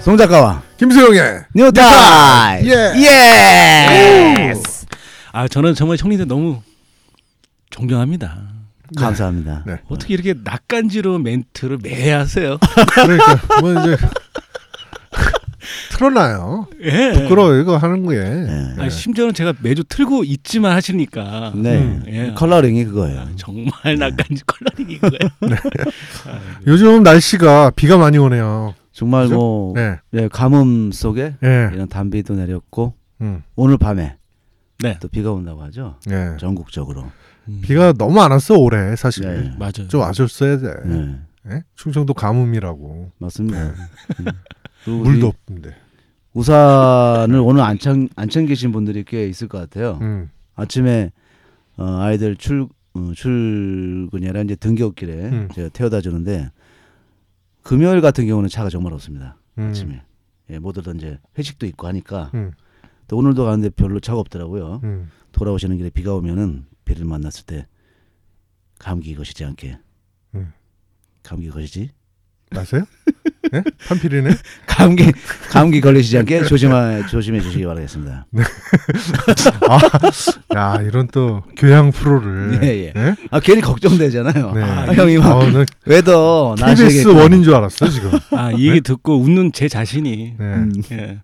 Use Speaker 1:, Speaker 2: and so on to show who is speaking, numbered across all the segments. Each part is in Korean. Speaker 1: 송 작가와
Speaker 2: 김수영의
Speaker 1: 뉴타임
Speaker 2: 뉴타임!
Speaker 1: 예
Speaker 3: 아 저는 정말 형님들 너무 존경합니다.
Speaker 1: 감사합니다
Speaker 2: 네.
Speaker 3: 어떻게 이렇게 낯간지러운 멘트를 매 하세요?
Speaker 2: 그러니까 뭐 이제 틀어놔요.
Speaker 3: 예.
Speaker 2: 부끄러워 이거 하는 거에.
Speaker 1: 네.
Speaker 3: 아, 심지어는 제가 매주 틀고 있지만 하시니까.
Speaker 1: 네
Speaker 3: 음, 예.
Speaker 1: 컬러링이 그거예요
Speaker 3: 정말 낯간지 컬러링이 거예요.
Speaker 2: 요즘 날씨가 비가 많이 오네요.
Speaker 1: 정말
Speaker 2: 그죠?
Speaker 1: 뭐
Speaker 2: 네,
Speaker 1: 예, 가뭄 속에
Speaker 2: 예,
Speaker 1: 이런 단비도 내렸고
Speaker 2: 음,
Speaker 1: 오늘 밤에
Speaker 3: 네.
Speaker 1: 또 비가 온다고 하죠
Speaker 2: 예.
Speaker 1: 전국적으로
Speaker 2: 음. 비가 너무 안 왔어 올해 사실.
Speaker 1: 네.
Speaker 3: 맞아요.
Speaker 2: 좀 아쉬웠어야 돼.
Speaker 1: 네,
Speaker 2: 예? 충청도 가뭄이라고
Speaker 1: 맞습니다 음. 그리고 우리
Speaker 2: 물도 없는데.
Speaker 1: 우산을 오늘 안, 챙, 안 챙기신 분들이 꽤 있을 것 같아요
Speaker 2: 음,
Speaker 1: 아침에 어, 아이들 출 어, 출근이라 이제 등굣길에
Speaker 2: 음.
Speaker 1: 제가 태워다 주는데 금요일 같은 경우는 차가 정말 없습니다
Speaker 2: 음,
Speaker 1: 아침에 예, 모두들 이제 회식도 있고 하니까
Speaker 2: 음,
Speaker 1: 또 오늘도 가는데 별로 차가 없더라고요
Speaker 2: 음.
Speaker 1: 돌아오시는 길에 비가 오면은 비를 만났을 때 감기 것이지 않게
Speaker 2: 음.
Speaker 1: 감기 것이지
Speaker 2: 아세요? 예? 판필이네.
Speaker 1: 감기 감기 걸리시지 않게 조심하 조심해 주시기 바라겠습니다
Speaker 2: 아, 야 이런 또 교양 프로를.
Speaker 1: 예, 예.
Speaker 2: 예?
Speaker 1: 아 괜히 걱정되잖아요
Speaker 2: 네.
Speaker 1: 아, 형이 막
Speaker 2: 어, 나
Speaker 1: 왜더
Speaker 2: KBS 원인 줄 알았어 지금.
Speaker 3: 아, 이 얘기 듣고 웃는 제 자신이.
Speaker 1: 음.
Speaker 2: 네.
Speaker 3: 예.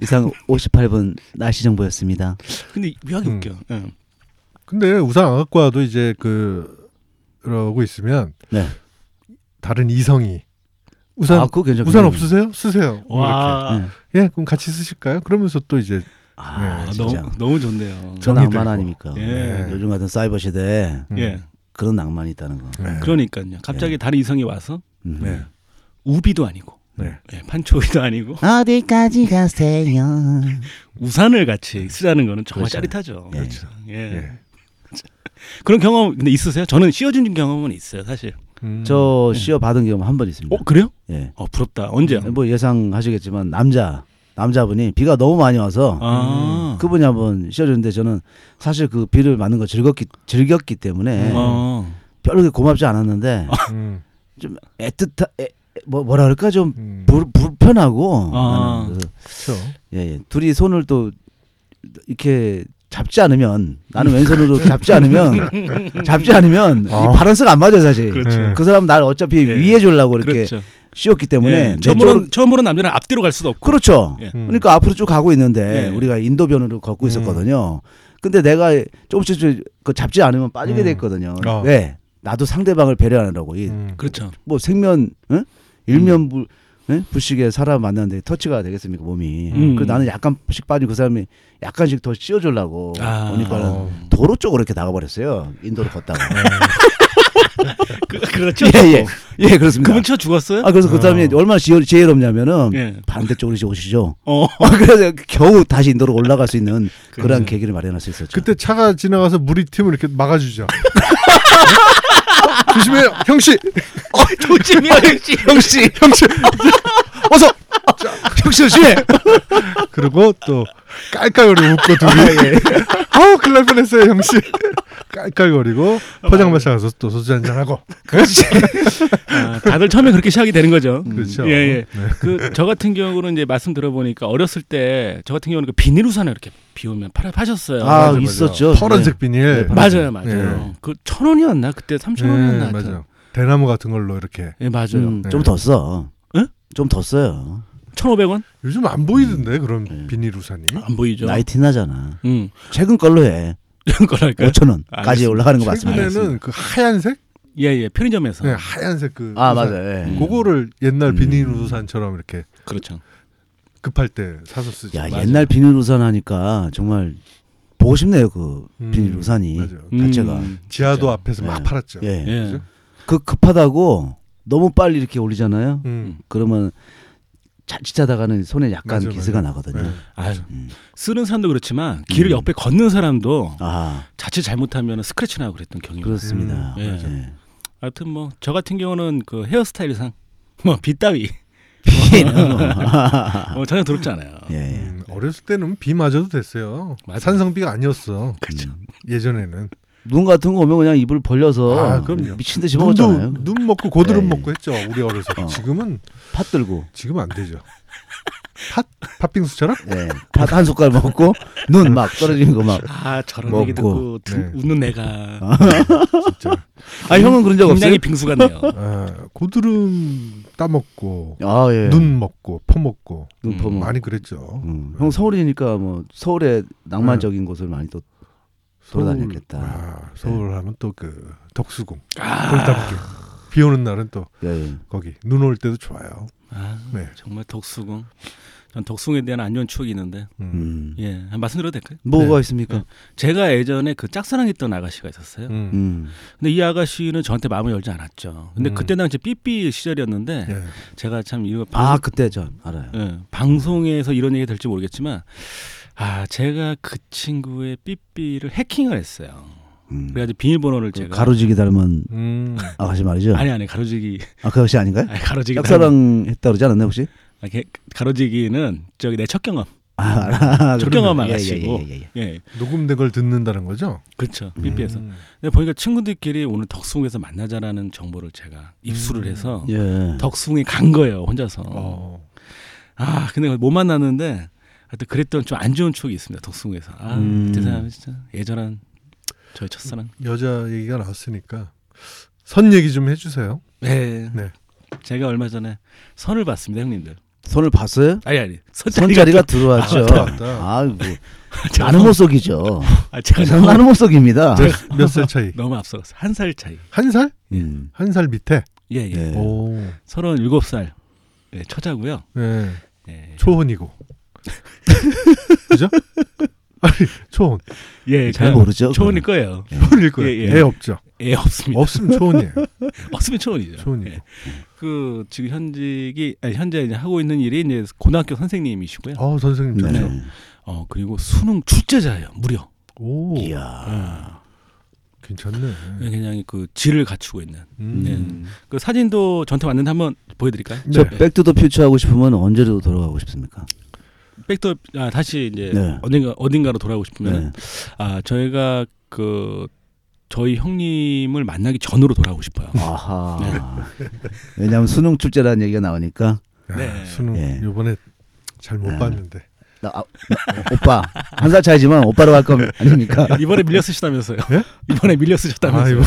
Speaker 1: 이상 58분 날씨 정보였습니다.
Speaker 3: 근데 묘하게
Speaker 2: 음.
Speaker 3: 웃겨. 예.
Speaker 2: 근데 우산 안 갖고 와도 이제 그 그러고 있으면
Speaker 1: 네.
Speaker 2: 다른 이성이 우산
Speaker 1: 아, 그거 괜찮
Speaker 2: 우산 없으세요? 쓰세요. 뭐
Speaker 3: 와.
Speaker 1: 네.
Speaker 2: 이렇게. 예, 그럼 같이 쓰실까요? 그러면서 또 이제
Speaker 1: 아,
Speaker 2: 네,
Speaker 3: 아,
Speaker 1: 진짜.
Speaker 3: 너무 너무 좋네요.
Speaker 1: 저
Speaker 2: 정이
Speaker 1: 낭만
Speaker 2: 되고.
Speaker 1: 아닙니까? 네,
Speaker 3: 예.
Speaker 1: 요즘 같은 사이버 시대에
Speaker 2: 음,
Speaker 3: 예.
Speaker 1: 그런 낭만이 있다는 거.
Speaker 2: 네.
Speaker 3: 그러니까요. 갑자기 다른 이성이 와서
Speaker 1: 음.
Speaker 2: 네.
Speaker 3: 우비도 아니고
Speaker 2: 네.
Speaker 3: 예, 판초이도 아니고
Speaker 1: 어디까지 가세요?
Speaker 2: 음.
Speaker 3: 우산을 같이 쓰자는 거는 정말
Speaker 1: 그렇죠.
Speaker 3: 짜릿하죠.
Speaker 1: 예. 그렇죠.
Speaker 3: 예.
Speaker 2: 예.
Speaker 3: 그런 경험 근데 있으세요? 저는 씌워준 경험은 있어요, 사실.
Speaker 2: 음,
Speaker 1: 저 시어 받은 경험 한 번 있습니다.
Speaker 3: 어 그래요?
Speaker 1: 예.
Speaker 3: 어 부럽다. 언제요?
Speaker 1: 뭐 예상하시겠지만 남자 남자분이 비가 너무 많이 와서
Speaker 3: 아
Speaker 1: 음, 그분이 한번 씌워줬는데 저는 사실 그 비를 맞는 거 즐겼기 즐겼기 때문에
Speaker 3: 어.
Speaker 1: 별로 그렇게 고맙지 않았는데
Speaker 2: 음,
Speaker 1: 좀 애틋하 애, 애- 뭐 뭐라 그럴까 좀
Speaker 2: 음,
Speaker 1: 불, 불편하고
Speaker 3: 아.
Speaker 1: 나는 그래서
Speaker 2: 그렇죠.
Speaker 1: 예, 예. 둘이 손을 또 이렇게 잡지 않으면 나는 왼손으로 잡지 않으면 잡지 않으면
Speaker 2: 아.
Speaker 1: 이 바란스가 안 맞아 사실 그
Speaker 3: 그렇죠.
Speaker 2: 예.
Speaker 1: 사람 날 어차피
Speaker 3: 예.
Speaker 1: 위해 주려고 이렇게
Speaker 3: 그렇죠.
Speaker 1: 씌웠기 때문에
Speaker 3: 예.
Speaker 1: 내
Speaker 3: 처음 보는
Speaker 1: 쪽으로-
Speaker 3: 처음 보는 남자는 앞뒤로 갈 수도 없고.
Speaker 1: 그렇죠
Speaker 3: 예.
Speaker 2: 음,
Speaker 1: 그러니까 앞으로 쭉 가고 있는데
Speaker 3: 예.
Speaker 1: 우리가 인도변으로 걷고
Speaker 2: 음.
Speaker 1: 있었거든요 근데 내가 조금씩 좀- 그 잡지 않으면 빠지게
Speaker 2: 음.
Speaker 1: 됐거든요
Speaker 2: 아.
Speaker 1: 왜 나도 상대방을 배려하느라고 이
Speaker 2: 음,
Speaker 3: 그렇죠.
Speaker 1: 뭐 생면 응?
Speaker 3: 음.
Speaker 1: 일면 불 응? 불식에 사람 만났는데 터치가 되겠습니까 몸이
Speaker 3: 음.
Speaker 1: 그 나는 약간씩 빠지고 그 사람이 약간씩 더 씌워주려고
Speaker 3: 아.
Speaker 1: 보니까는
Speaker 2: 어.
Speaker 1: 도로 쪽으로 이렇게 나가버렸어요 인도로 걷다가
Speaker 3: 아, 그, 그렇죠.
Speaker 1: 예예예 그렇습니다
Speaker 3: 그분 쳐 죽었어요?
Speaker 1: 아 그래서 그 사람이
Speaker 2: 어.
Speaker 1: 얼마나 지혜, 지혜롭냐면은
Speaker 3: 예.
Speaker 1: 반대쪽으로 이제 오시죠
Speaker 3: 어.
Speaker 1: 아, 그래서 겨우 다시 인도로 올라갈 수 있는 그러한
Speaker 3: 그렇죠.
Speaker 1: 계기를 마련할 수 있었죠
Speaker 2: 그때 차가 지나가서 물이 튀면 이렇게 막아주죠. 네? 조심해요, 형 씨. 어,
Speaker 3: 조심히 하지.
Speaker 1: 형씨
Speaker 2: 형씨 어서
Speaker 1: 형씨 조심해
Speaker 2: 그리고 또 깔깔거리고 웃고 둘이 아우 큰일 날 뻔했어요 형씨 깔깔거리고 포장마차 가서 또 소주 한잔 하고
Speaker 3: 아, 다들 처음에 그렇게 시작이 되는 거죠.
Speaker 2: 그렇죠
Speaker 3: 예, 예.
Speaker 2: 네.
Speaker 3: 그 저 같은 경우는 이제 말씀 들어보니까 어렸을 때 저 같은 경우는 그 비닐 우산을 이렇게 비오면 팔아 파셨어요.
Speaker 1: 아,
Speaker 2: 맞아, 맞아.
Speaker 1: 있었죠.
Speaker 2: 파란색
Speaker 1: 네,
Speaker 2: 비닐
Speaker 1: 파란-
Speaker 3: 맞아요, 맞아요. 그 천 원이었나 그때 삼천 원이었나
Speaker 2: 네,
Speaker 3: 하여튼.
Speaker 2: 맞아요 대나무 같은 걸로 이렇게
Speaker 3: 예, 맞아요.
Speaker 1: 음, 좀더 써.
Speaker 3: 예?
Speaker 1: 좀더 써요
Speaker 3: 천오백 원?
Speaker 2: 요즘 안 보이던데 그런
Speaker 1: 네.
Speaker 2: 비닐 우산이
Speaker 3: 안 보이죠.
Speaker 1: 나이 티나잖아
Speaker 3: 음.
Speaker 1: 최근 걸로 해
Speaker 3: 그런 거랄까요?
Speaker 1: 5천 원까지
Speaker 3: 예? 아, 알겠습니다.
Speaker 1: 올라가는 거 맞습니다.
Speaker 2: 최근에는 그 하얀색
Speaker 3: 예, 예. 편의점에서.
Speaker 2: 네, 하얀색 그
Speaker 1: 아
Speaker 2: 우산.
Speaker 1: 맞아요. 예.
Speaker 3: 음.
Speaker 2: 그거를 옛날
Speaker 1: 음.
Speaker 2: 비닐 우산처럼 이렇게
Speaker 3: 그렇죠.
Speaker 2: 급할 때 사서 쓰지
Speaker 1: 야
Speaker 3: 맞아요.
Speaker 1: 옛날 비닐 우산 하니까 정말 보고 싶네요 그
Speaker 2: 음,
Speaker 1: 비닐 우산이
Speaker 2: 맞아요.
Speaker 3: 음,
Speaker 1: 자체가.
Speaker 2: 지하도 앞에서 막
Speaker 1: 네.
Speaker 2: 팔았죠
Speaker 1: 예.
Speaker 3: 예.
Speaker 2: 그죠?
Speaker 1: 그 급하다고 너무 빨리 이렇게 올리잖아요.
Speaker 2: 음.
Speaker 1: 그러면 자칫하다가는 손에 약간
Speaker 2: 맞아요,
Speaker 1: 기스가
Speaker 2: 맞아요.
Speaker 1: 나거든요.
Speaker 2: 네.
Speaker 3: 아유.
Speaker 1: 음.
Speaker 3: 쓰는 사람도 그렇지만 길을
Speaker 1: 음.
Speaker 3: 옆에 걷는 사람도
Speaker 1: 아
Speaker 3: 자칫 잘못하면 스크래치 나고 그랬던 경험이.
Speaker 1: 그렇습니다.
Speaker 3: 음, 예.
Speaker 1: 예.
Speaker 3: 하여튼 뭐 저 같은 경우는 그 헤어스타일상 뭐빗 따위 어, 전혀 두렵지 않아요.
Speaker 1: 예, 예.
Speaker 2: 예. 음, 어렸을 때는 비 맞아도 됐어요.
Speaker 3: 맞아요.
Speaker 2: 산성비가 아니었어.
Speaker 3: 그렇죠.
Speaker 1: 음.
Speaker 2: 예전에는
Speaker 1: 눈 같은 거 오면 그냥 입을 벌려서
Speaker 2: 아, 그럼요.
Speaker 1: 미친 듯이
Speaker 2: 눈도
Speaker 1: 먹었잖아요.
Speaker 2: 눈 먹고 고드름
Speaker 1: 예, 예.
Speaker 2: 먹고 했죠. 우리 어렸을 때.
Speaker 1: 어.
Speaker 2: 지금은
Speaker 1: 팥 들고
Speaker 2: 지금 안 되죠. 팥빙수처럼?
Speaker 1: 예. 밥 한 숟갈 먹고 눈 막 떨어지는 거 막.
Speaker 3: 아 저런
Speaker 1: 먹고.
Speaker 3: 얘기 듣고 두-
Speaker 2: 네.
Speaker 3: 웃는 내가
Speaker 2: 진짜.
Speaker 1: 아 형은 그런 적 없어요?
Speaker 3: 굉장히 빙수 같네요.
Speaker 2: 아, 고드름 따먹고
Speaker 1: 아 예.
Speaker 2: 눈 아, 먹고 퍼먹고
Speaker 1: 눈
Speaker 3: 음,
Speaker 1: 퍼먹.
Speaker 2: 많이 그랬죠.
Speaker 1: 음. 형 서울이니까 뭐 서울의
Speaker 3: 네.
Speaker 1: 낭만적인 곳을 많이 또 돌아다녔겠다. 네.
Speaker 2: 아, 서울 하면 또 그 덕수궁
Speaker 3: 아,
Speaker 2: 꿀따먹기. 비 오는 날은 또
Speaker 1: 예,
Speaker 3: 음.
Speaker 1: 예.
Speaker 2: 거기 눈 올 때도 좋아요.
Speaker 3: 아,
Speaker 2: 네.
Speaker 3: 정말 덕수궁. 전 덕수궁에 대한 안 좋은 추억이 있는데
Speaker 2: 음.
Speaker 1: 음.
Speaker 3: 예 한번 말씀드려도 될까요?
Speaker 1: 뭐가
Speaker 2: 네.
Speaker 1: 있습니까?
Speaker 3: 제가 예전에 그 짝사랑했던 아가씨가 있었어요.
Speaker 2: 음.
Speaker 1: 음.
Speaker 3: 근데 이 아가씨는 저한테 마음을 열지 않았죠. 근데
Speaker 2: 음.
Speaker 3: 그때 당시 삐삐 시절이었는데
Speaker 2: 예.
Speaker 3: 제가 참 이거 방,
Speaker 1: 아 그때 전 알아요.
Speaker 3: 예, 방송에서 이런 얘기 될지 모르겠지만 아 제가 그 친구의 삐삐를 해킹을 했어요.
Speaker 1: 음.
Speaker 3: 그래가지고 비밀번호를
Speaker 1: 그
Speaker 3: 네, 제가
Speaker 1: 가로지기 닮은
Speaker 2: 음.
Speaker 1: 아가씨 말이죠.
Speaker 3: 아니 아니 가로지기
Speaker 1: 아 그것이 아닌가요?
Speaker 3: 아니, 가로지기
Speaker 1: 짝사랑 했다 그러지 않았나 요 혹시?
Speaker 3: 아, 걔- 가로지기는 저기 내 첫 경험.
Speaker 1: 아,
Speaker 3: 음.
Speaker 1: 알아.
Speaker 3: 촉경한
Speaker 1: 예, 예,
Speaker 3: 아가씨고.
Speaker 1: 예, 예, 예.
Speaker 3: 예
Speaker 2: 녹음된 걸 듣는다는 거죠?
Speaker 3: 그렇죠 삐삐에서.
Speaker 2: 음.
Speaker 3: 근데 보니까 친구들끼리 오늘 덕숭에서 만나자라는 정보를 제가 입수를
Speaker 2: 음.
Speaker 3: 해서
Speaker 1: 예.
Speaker 3: 덕숭에 간 거예요 혼자서.
Speaker 2: 어.
Speaker 3: 아 근데 못 만났는데 하여튼 그랬던 좀 안 좋은 추억이 있습니다 덕숭에서 아
Speaker 1: 음.
Speaker 3: 그때 생각하면 진짜 예전한 저의 첫사랑
Speaker 2: 여자 얘기가 나왔으니까 선 얘기 좀 해주세요.
Speaker 3: 네.
Speaker 2: 네.
Speaker 3: 제가 얼마 전에 선을 봤습니다 형님들
Speaker 1: 손을 봤어요?
Speaker 3: 아니 아니 선자리가
Speaker 1: 손자리가 들어왔죠.
Speaker 2: 들어왔다.
Speaker 1: 아이고
Speaker 3: 제가
Speaker 1: 나는
Speaker 3: 너무-
Speaker 1: 못 속이죠.
Speaker 3: 아, 제가 너무,
Speaker 1: 나는 못 속입니다.
Speaker 2: 몇 살 차이?
Speaker 3: 너무 앞서갔어 한 살 차이
Speaker 2: 한 살?
Speaker 1: 음.
Speaker 2: 한 살 밑에.
Speaker 3: 예예
Speaker 1: 네.
Speaker 2: 오.
Speaker 3: 서른일곱 살 예, 처자고요
Speaker 2: 예.
Speaker 3: 예,
Speaker 2: 초혼이고. 그죠? 아니 초혼.
Speaker 3: 예
Speaker 1: 잘
Speaker 3: 그냥
Speaker 1: 모르죠.
Speaker 3: 초혼일 거예요
Speaker 2: 초혼일 거예요.
Speaker 3: 예, 예.
Speaker 2: 애 없죠.
Speaker 3: 예 없습니다
Speaker 2: 없으면 초혼이에요.
Speaker 3: 없으면 초혼이죠
Speaker 2: 초혼이고.
Speaker 3: 예. 그 지금 현직이 아니, 현재 이제 하고 있는 일이 이제 고등학교 선생님이시고요
Speaker 2: 어 선생님
Speaker 1: 네.
Speaker 2: 좋죠.
Speaker 3: 어 그리고 수능 출제자예요 무려
Speaker 2: 오.
Speaker 1: 예. 이야.
Speaker 2: 괜찮네.
Speaker 3: 그냥 그 질을 갖추고 있는
Speaker 2: 음.
Speaker 3: 네. 그 사진도 저한테 왔는데 한번 보여드릴까요?
Speaker 2: 네.
Speaker 1: 저 백투더 퓨처 하고 싶으면 언제로 돌아가고 싶습니까?
Speaker 3: 백도 아, 다시 이제
Speaker 1: 네.
Speaker 3: 어딘가 어딘가로 돌아오고 싶으면
Speaker 1: 네.
Speaker 3: 아 저희가 그 저희 형님을 만나기 전으로 돌아오고 싶어요.
Speaker 1: 아하. 왜냐하면 수능 출제라는 얘기가 나오니까
Speaker 2: 야,
Speaker 3: 네.
Speaker 2: 수능
Speaker 1: 예.
Speaker 2: 이번에 잘 못
Speaker 1: 아.
Speaker 2: 봤는데.
Speaker 1: 나, 아, 나- 오빠 한 살 차이지만 오빠로 할 거 아닙니까?
Speaker 3: 이번에 밀려 쓰셨다면서요?
Speaker 2: 예?
Speaker 3: 이번에 밀려
Speaker 2: 아,
Speaker 3: 쓰셨다면서요?
Speaker 2: 이번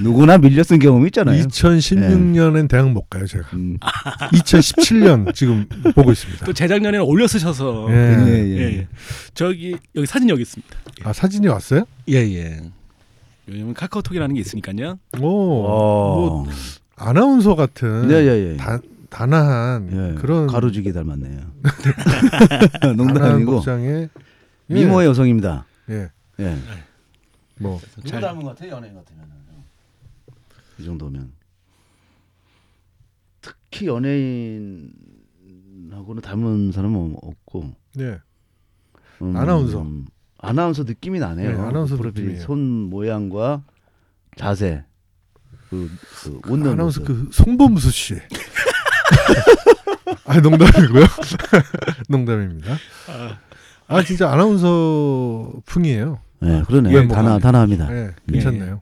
Speaker 1: 누구나 밀려 쓴 경험이 있잖아요.
Speaker 2: 2016년엔 대학 못 가요 제가.
Speaker 1: 음.
Speaker 2: 2017년 지금 보고 있습니다.
Speaker 3: 또 재작년에는 올려 쓰셔서
Speaker 2: 예.
Speaker 1: 예, 예.
Speaker 3: 예, 예. 저기 여기 사진 여기 있습니다.
Speaker 2: 아 사진이 왔어요?
Speaker 3: 예예. 요즘은 카카오톡이라는 게 있으니까요.
Speaker 2: 오.
Speaker 1: 어.
Speaker 2: 뭐 아나운서 같은
Speaker 1: 네, 예, 예.
Speaker 2: 단 단아한
Speaker 1: 예,
Speaker 2: 그런
Speaker 1: 가로지기 닮았네요.
Speaker 2: 단아한
Speaker 1: 농담이고
Speaker 2: 복장의 예.
Speaker 1: 미모의 여성입니다.
Speaker 2: 예.
Speaker 1: 예.
Speaker 2: 뭐
Speaker 3: 잘-
Speaker 1: 것 같아요? 연예인 같으면 이 정도면 특히 연예인하고는 닮은 사람은 없고
Speaker 2: 예.
Speaker 1: 음,
Speaker 2: 아나운서.
Speaker 1: 음, 아나운서 느낌이 나네요.
Speaker 2: 네, 아나운서
Speaker 1: 프로필이
Speaker 2: 느낌이에요.
Speaker 1: 손 모양과 자세 그, 그 웃는
Speaker 2: 아나운서
Speaker 1: 모습.
Speaker 2: 그 송범수 씨. 아 농담이고요. 농담입니다. 아 진짜 아나운서 풍이에요.
Speaker 1: 네, 그러네요.
Speaker 2: 외모가.
Speaker 1: 단아 단아합니다.
Speaker 2: 예, 괜찮네요.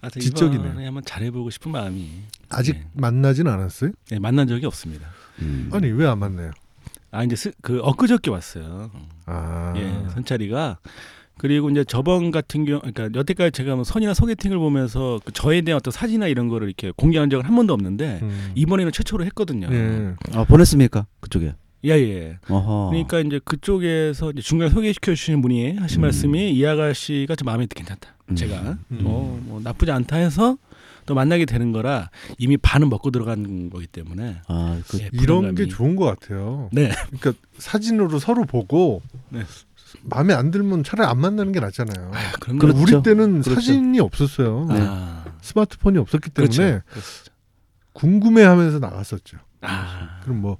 Speaker 3: 하여튼
Speaker 2: 지적이네요.
Speaker 3: 아, 이번에 한번 잘해보고 싶은 마음이
Speaker 2: 아직
Speaker 3: 예.
Speaker 2: 만나진 않았어요?
Speaker 3: 예, 만난 적이 없습니다.
Speaker 1: 음.
Speaker 2: 아니 왜 안 만나요?
Speaker 3: 아 이제 스, 그 엊그저께 왔어요.
Speaker 2: 아,
Speaker 3: 예, 선찰이가 그리고 이제 저번 같은 경우, 그러니까 여태까지 제가 뭐 선이나 소개팅을 보면서 그 저에 대한 어떤 사진이나 이런 거를 이렇게 공개한 적은 한 번도 없는데
Speaker 2: 음.
Speaker 3: 예. 이번에는 최초로 했거든요.
Speaker 2: 예.
Speaker 1: 아 보냈습니까 그쪽에?
Speaker 3: 예, 예.
Speaker 1: 어허.
Speaker 3: 그러니까 이제 그쪽에서 이제 중간 에 소개시켜 주신 분이 하신
Speaker 1: 음.
Speaker 3: 말씀이 이 아가씨가 좀 마음에 괜찮다.
Speaker 1: 음.
Speaker 3: 제가
Speaker 2: 음.
Speaker 3: 어, 뭐 나쁘지 않다 해서 또 만나게 되는 거라 이미 반은 먹고 들어간 거기 때문에
Speaker 1: 아, 그,
Speaker 3: 예,
Speaker 2: 이런
Speaker 3: 프로그램이.
Speaker 2: 게 좋은 것 같아요.
Speaker 3: 네.
Speaker 2: 그러니까 사진으로 서로 보고
Speaker 3: 네.
Speaker 2: 마음에 안 들면 차라리 안 만나는 게 낫잖아요.
Speaker 3: 아, 그런
Speaker 1: 그렇죠.
Speaker 3: 거-
Speaker 2: 우리 때는
Speaker 1: 그렇죠.
Speaker 2: 사진이 없었어요.
Speaker 3: 아,
Speaker 2: 스마트폰이 없었기 때문에
Speaker 3: 그렇죠. 그렇죠.
Speaker 2: 궁금해하면서 나갔었죠.
Speaker 3: 아,
Speaker 2: 그럼 뭐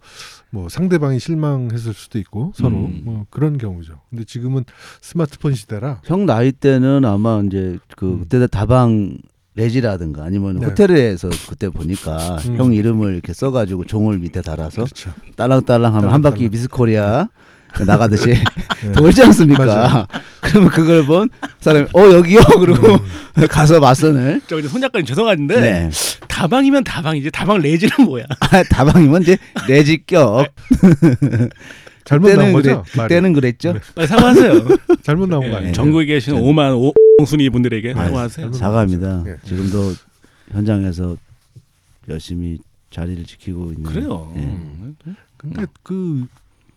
Speaker 2: 뭐 상대방이 실망했을 수도 있고 서로
Speaker 3: 음.
Speaker 2: 뭐 그런 경우죠. 근데 지금은 스마트폰 시대라
Speaker 1: 형 나이 때는 아마 이제 그
Speaker 2: 음.
Speaker 1: 그때 다방 레지라든가 아니면
Speaker 2: 네.
Speaker 1: 호텔에서 그때 보니까
Speaker 2: 음.
Speaker 1: 형 이름을 이렇게 써가지고 종을 밑에 달아서
Speaker 2: 그렇죠.
Speaker 1: 딸랑딸랑 하면 한 바퀴
Speaker 2: 딸랑딸랑.
Speaker 1: 미스코리아 나가듯이
Speaker 2: 네.
Speaker 1: 돌지 않습니까?
Speaker 2: 맞아요.
Speaker 1: 그러면 그걸 본 사람이 어 여기요 그러고 가서 맞선을
Speaker 3: 저 근데 손 작가님 죄송한데
Speaker 1: 네.
Speaker 3: 다방이면 다방이지 다방 레지는 뭐야?
Speaker 1: 아, 다방이면 이제 내지격
Speaker 2: 잘못
Speaker 1: 그때는
Speaker 2: 나온
Speaker 1: 그래,
Speaker 2: 거죠? 말이.
Speaker 1: 그때는 그랬죠.
Speaker 2: 네.
Speaker 3: 빨리 사과하세요.
Speaker 2: 잘못 나온 거
Speaker 3: 예,
Speaker 2: 아니에요?
Speaker 3: 전국에 계신
Speaker 1: 네.
Speaker 3: 5만 오 순이
Speaker 2: 네.
Speaker 3: 분들에게
Speaker 1: 아,
Speaker 3: 사과하세요.
Speaker 2: 잘못-
Speaker 1: 사과합니다.
Speaker 2: 예.
Speaker 1: 지금도 현장에서 열심히 자리를 지키고 있는
Speaker 3: 그래요.
Speaker 1: 예.
Speaker 3: 음.
Speaker 2: 근데 그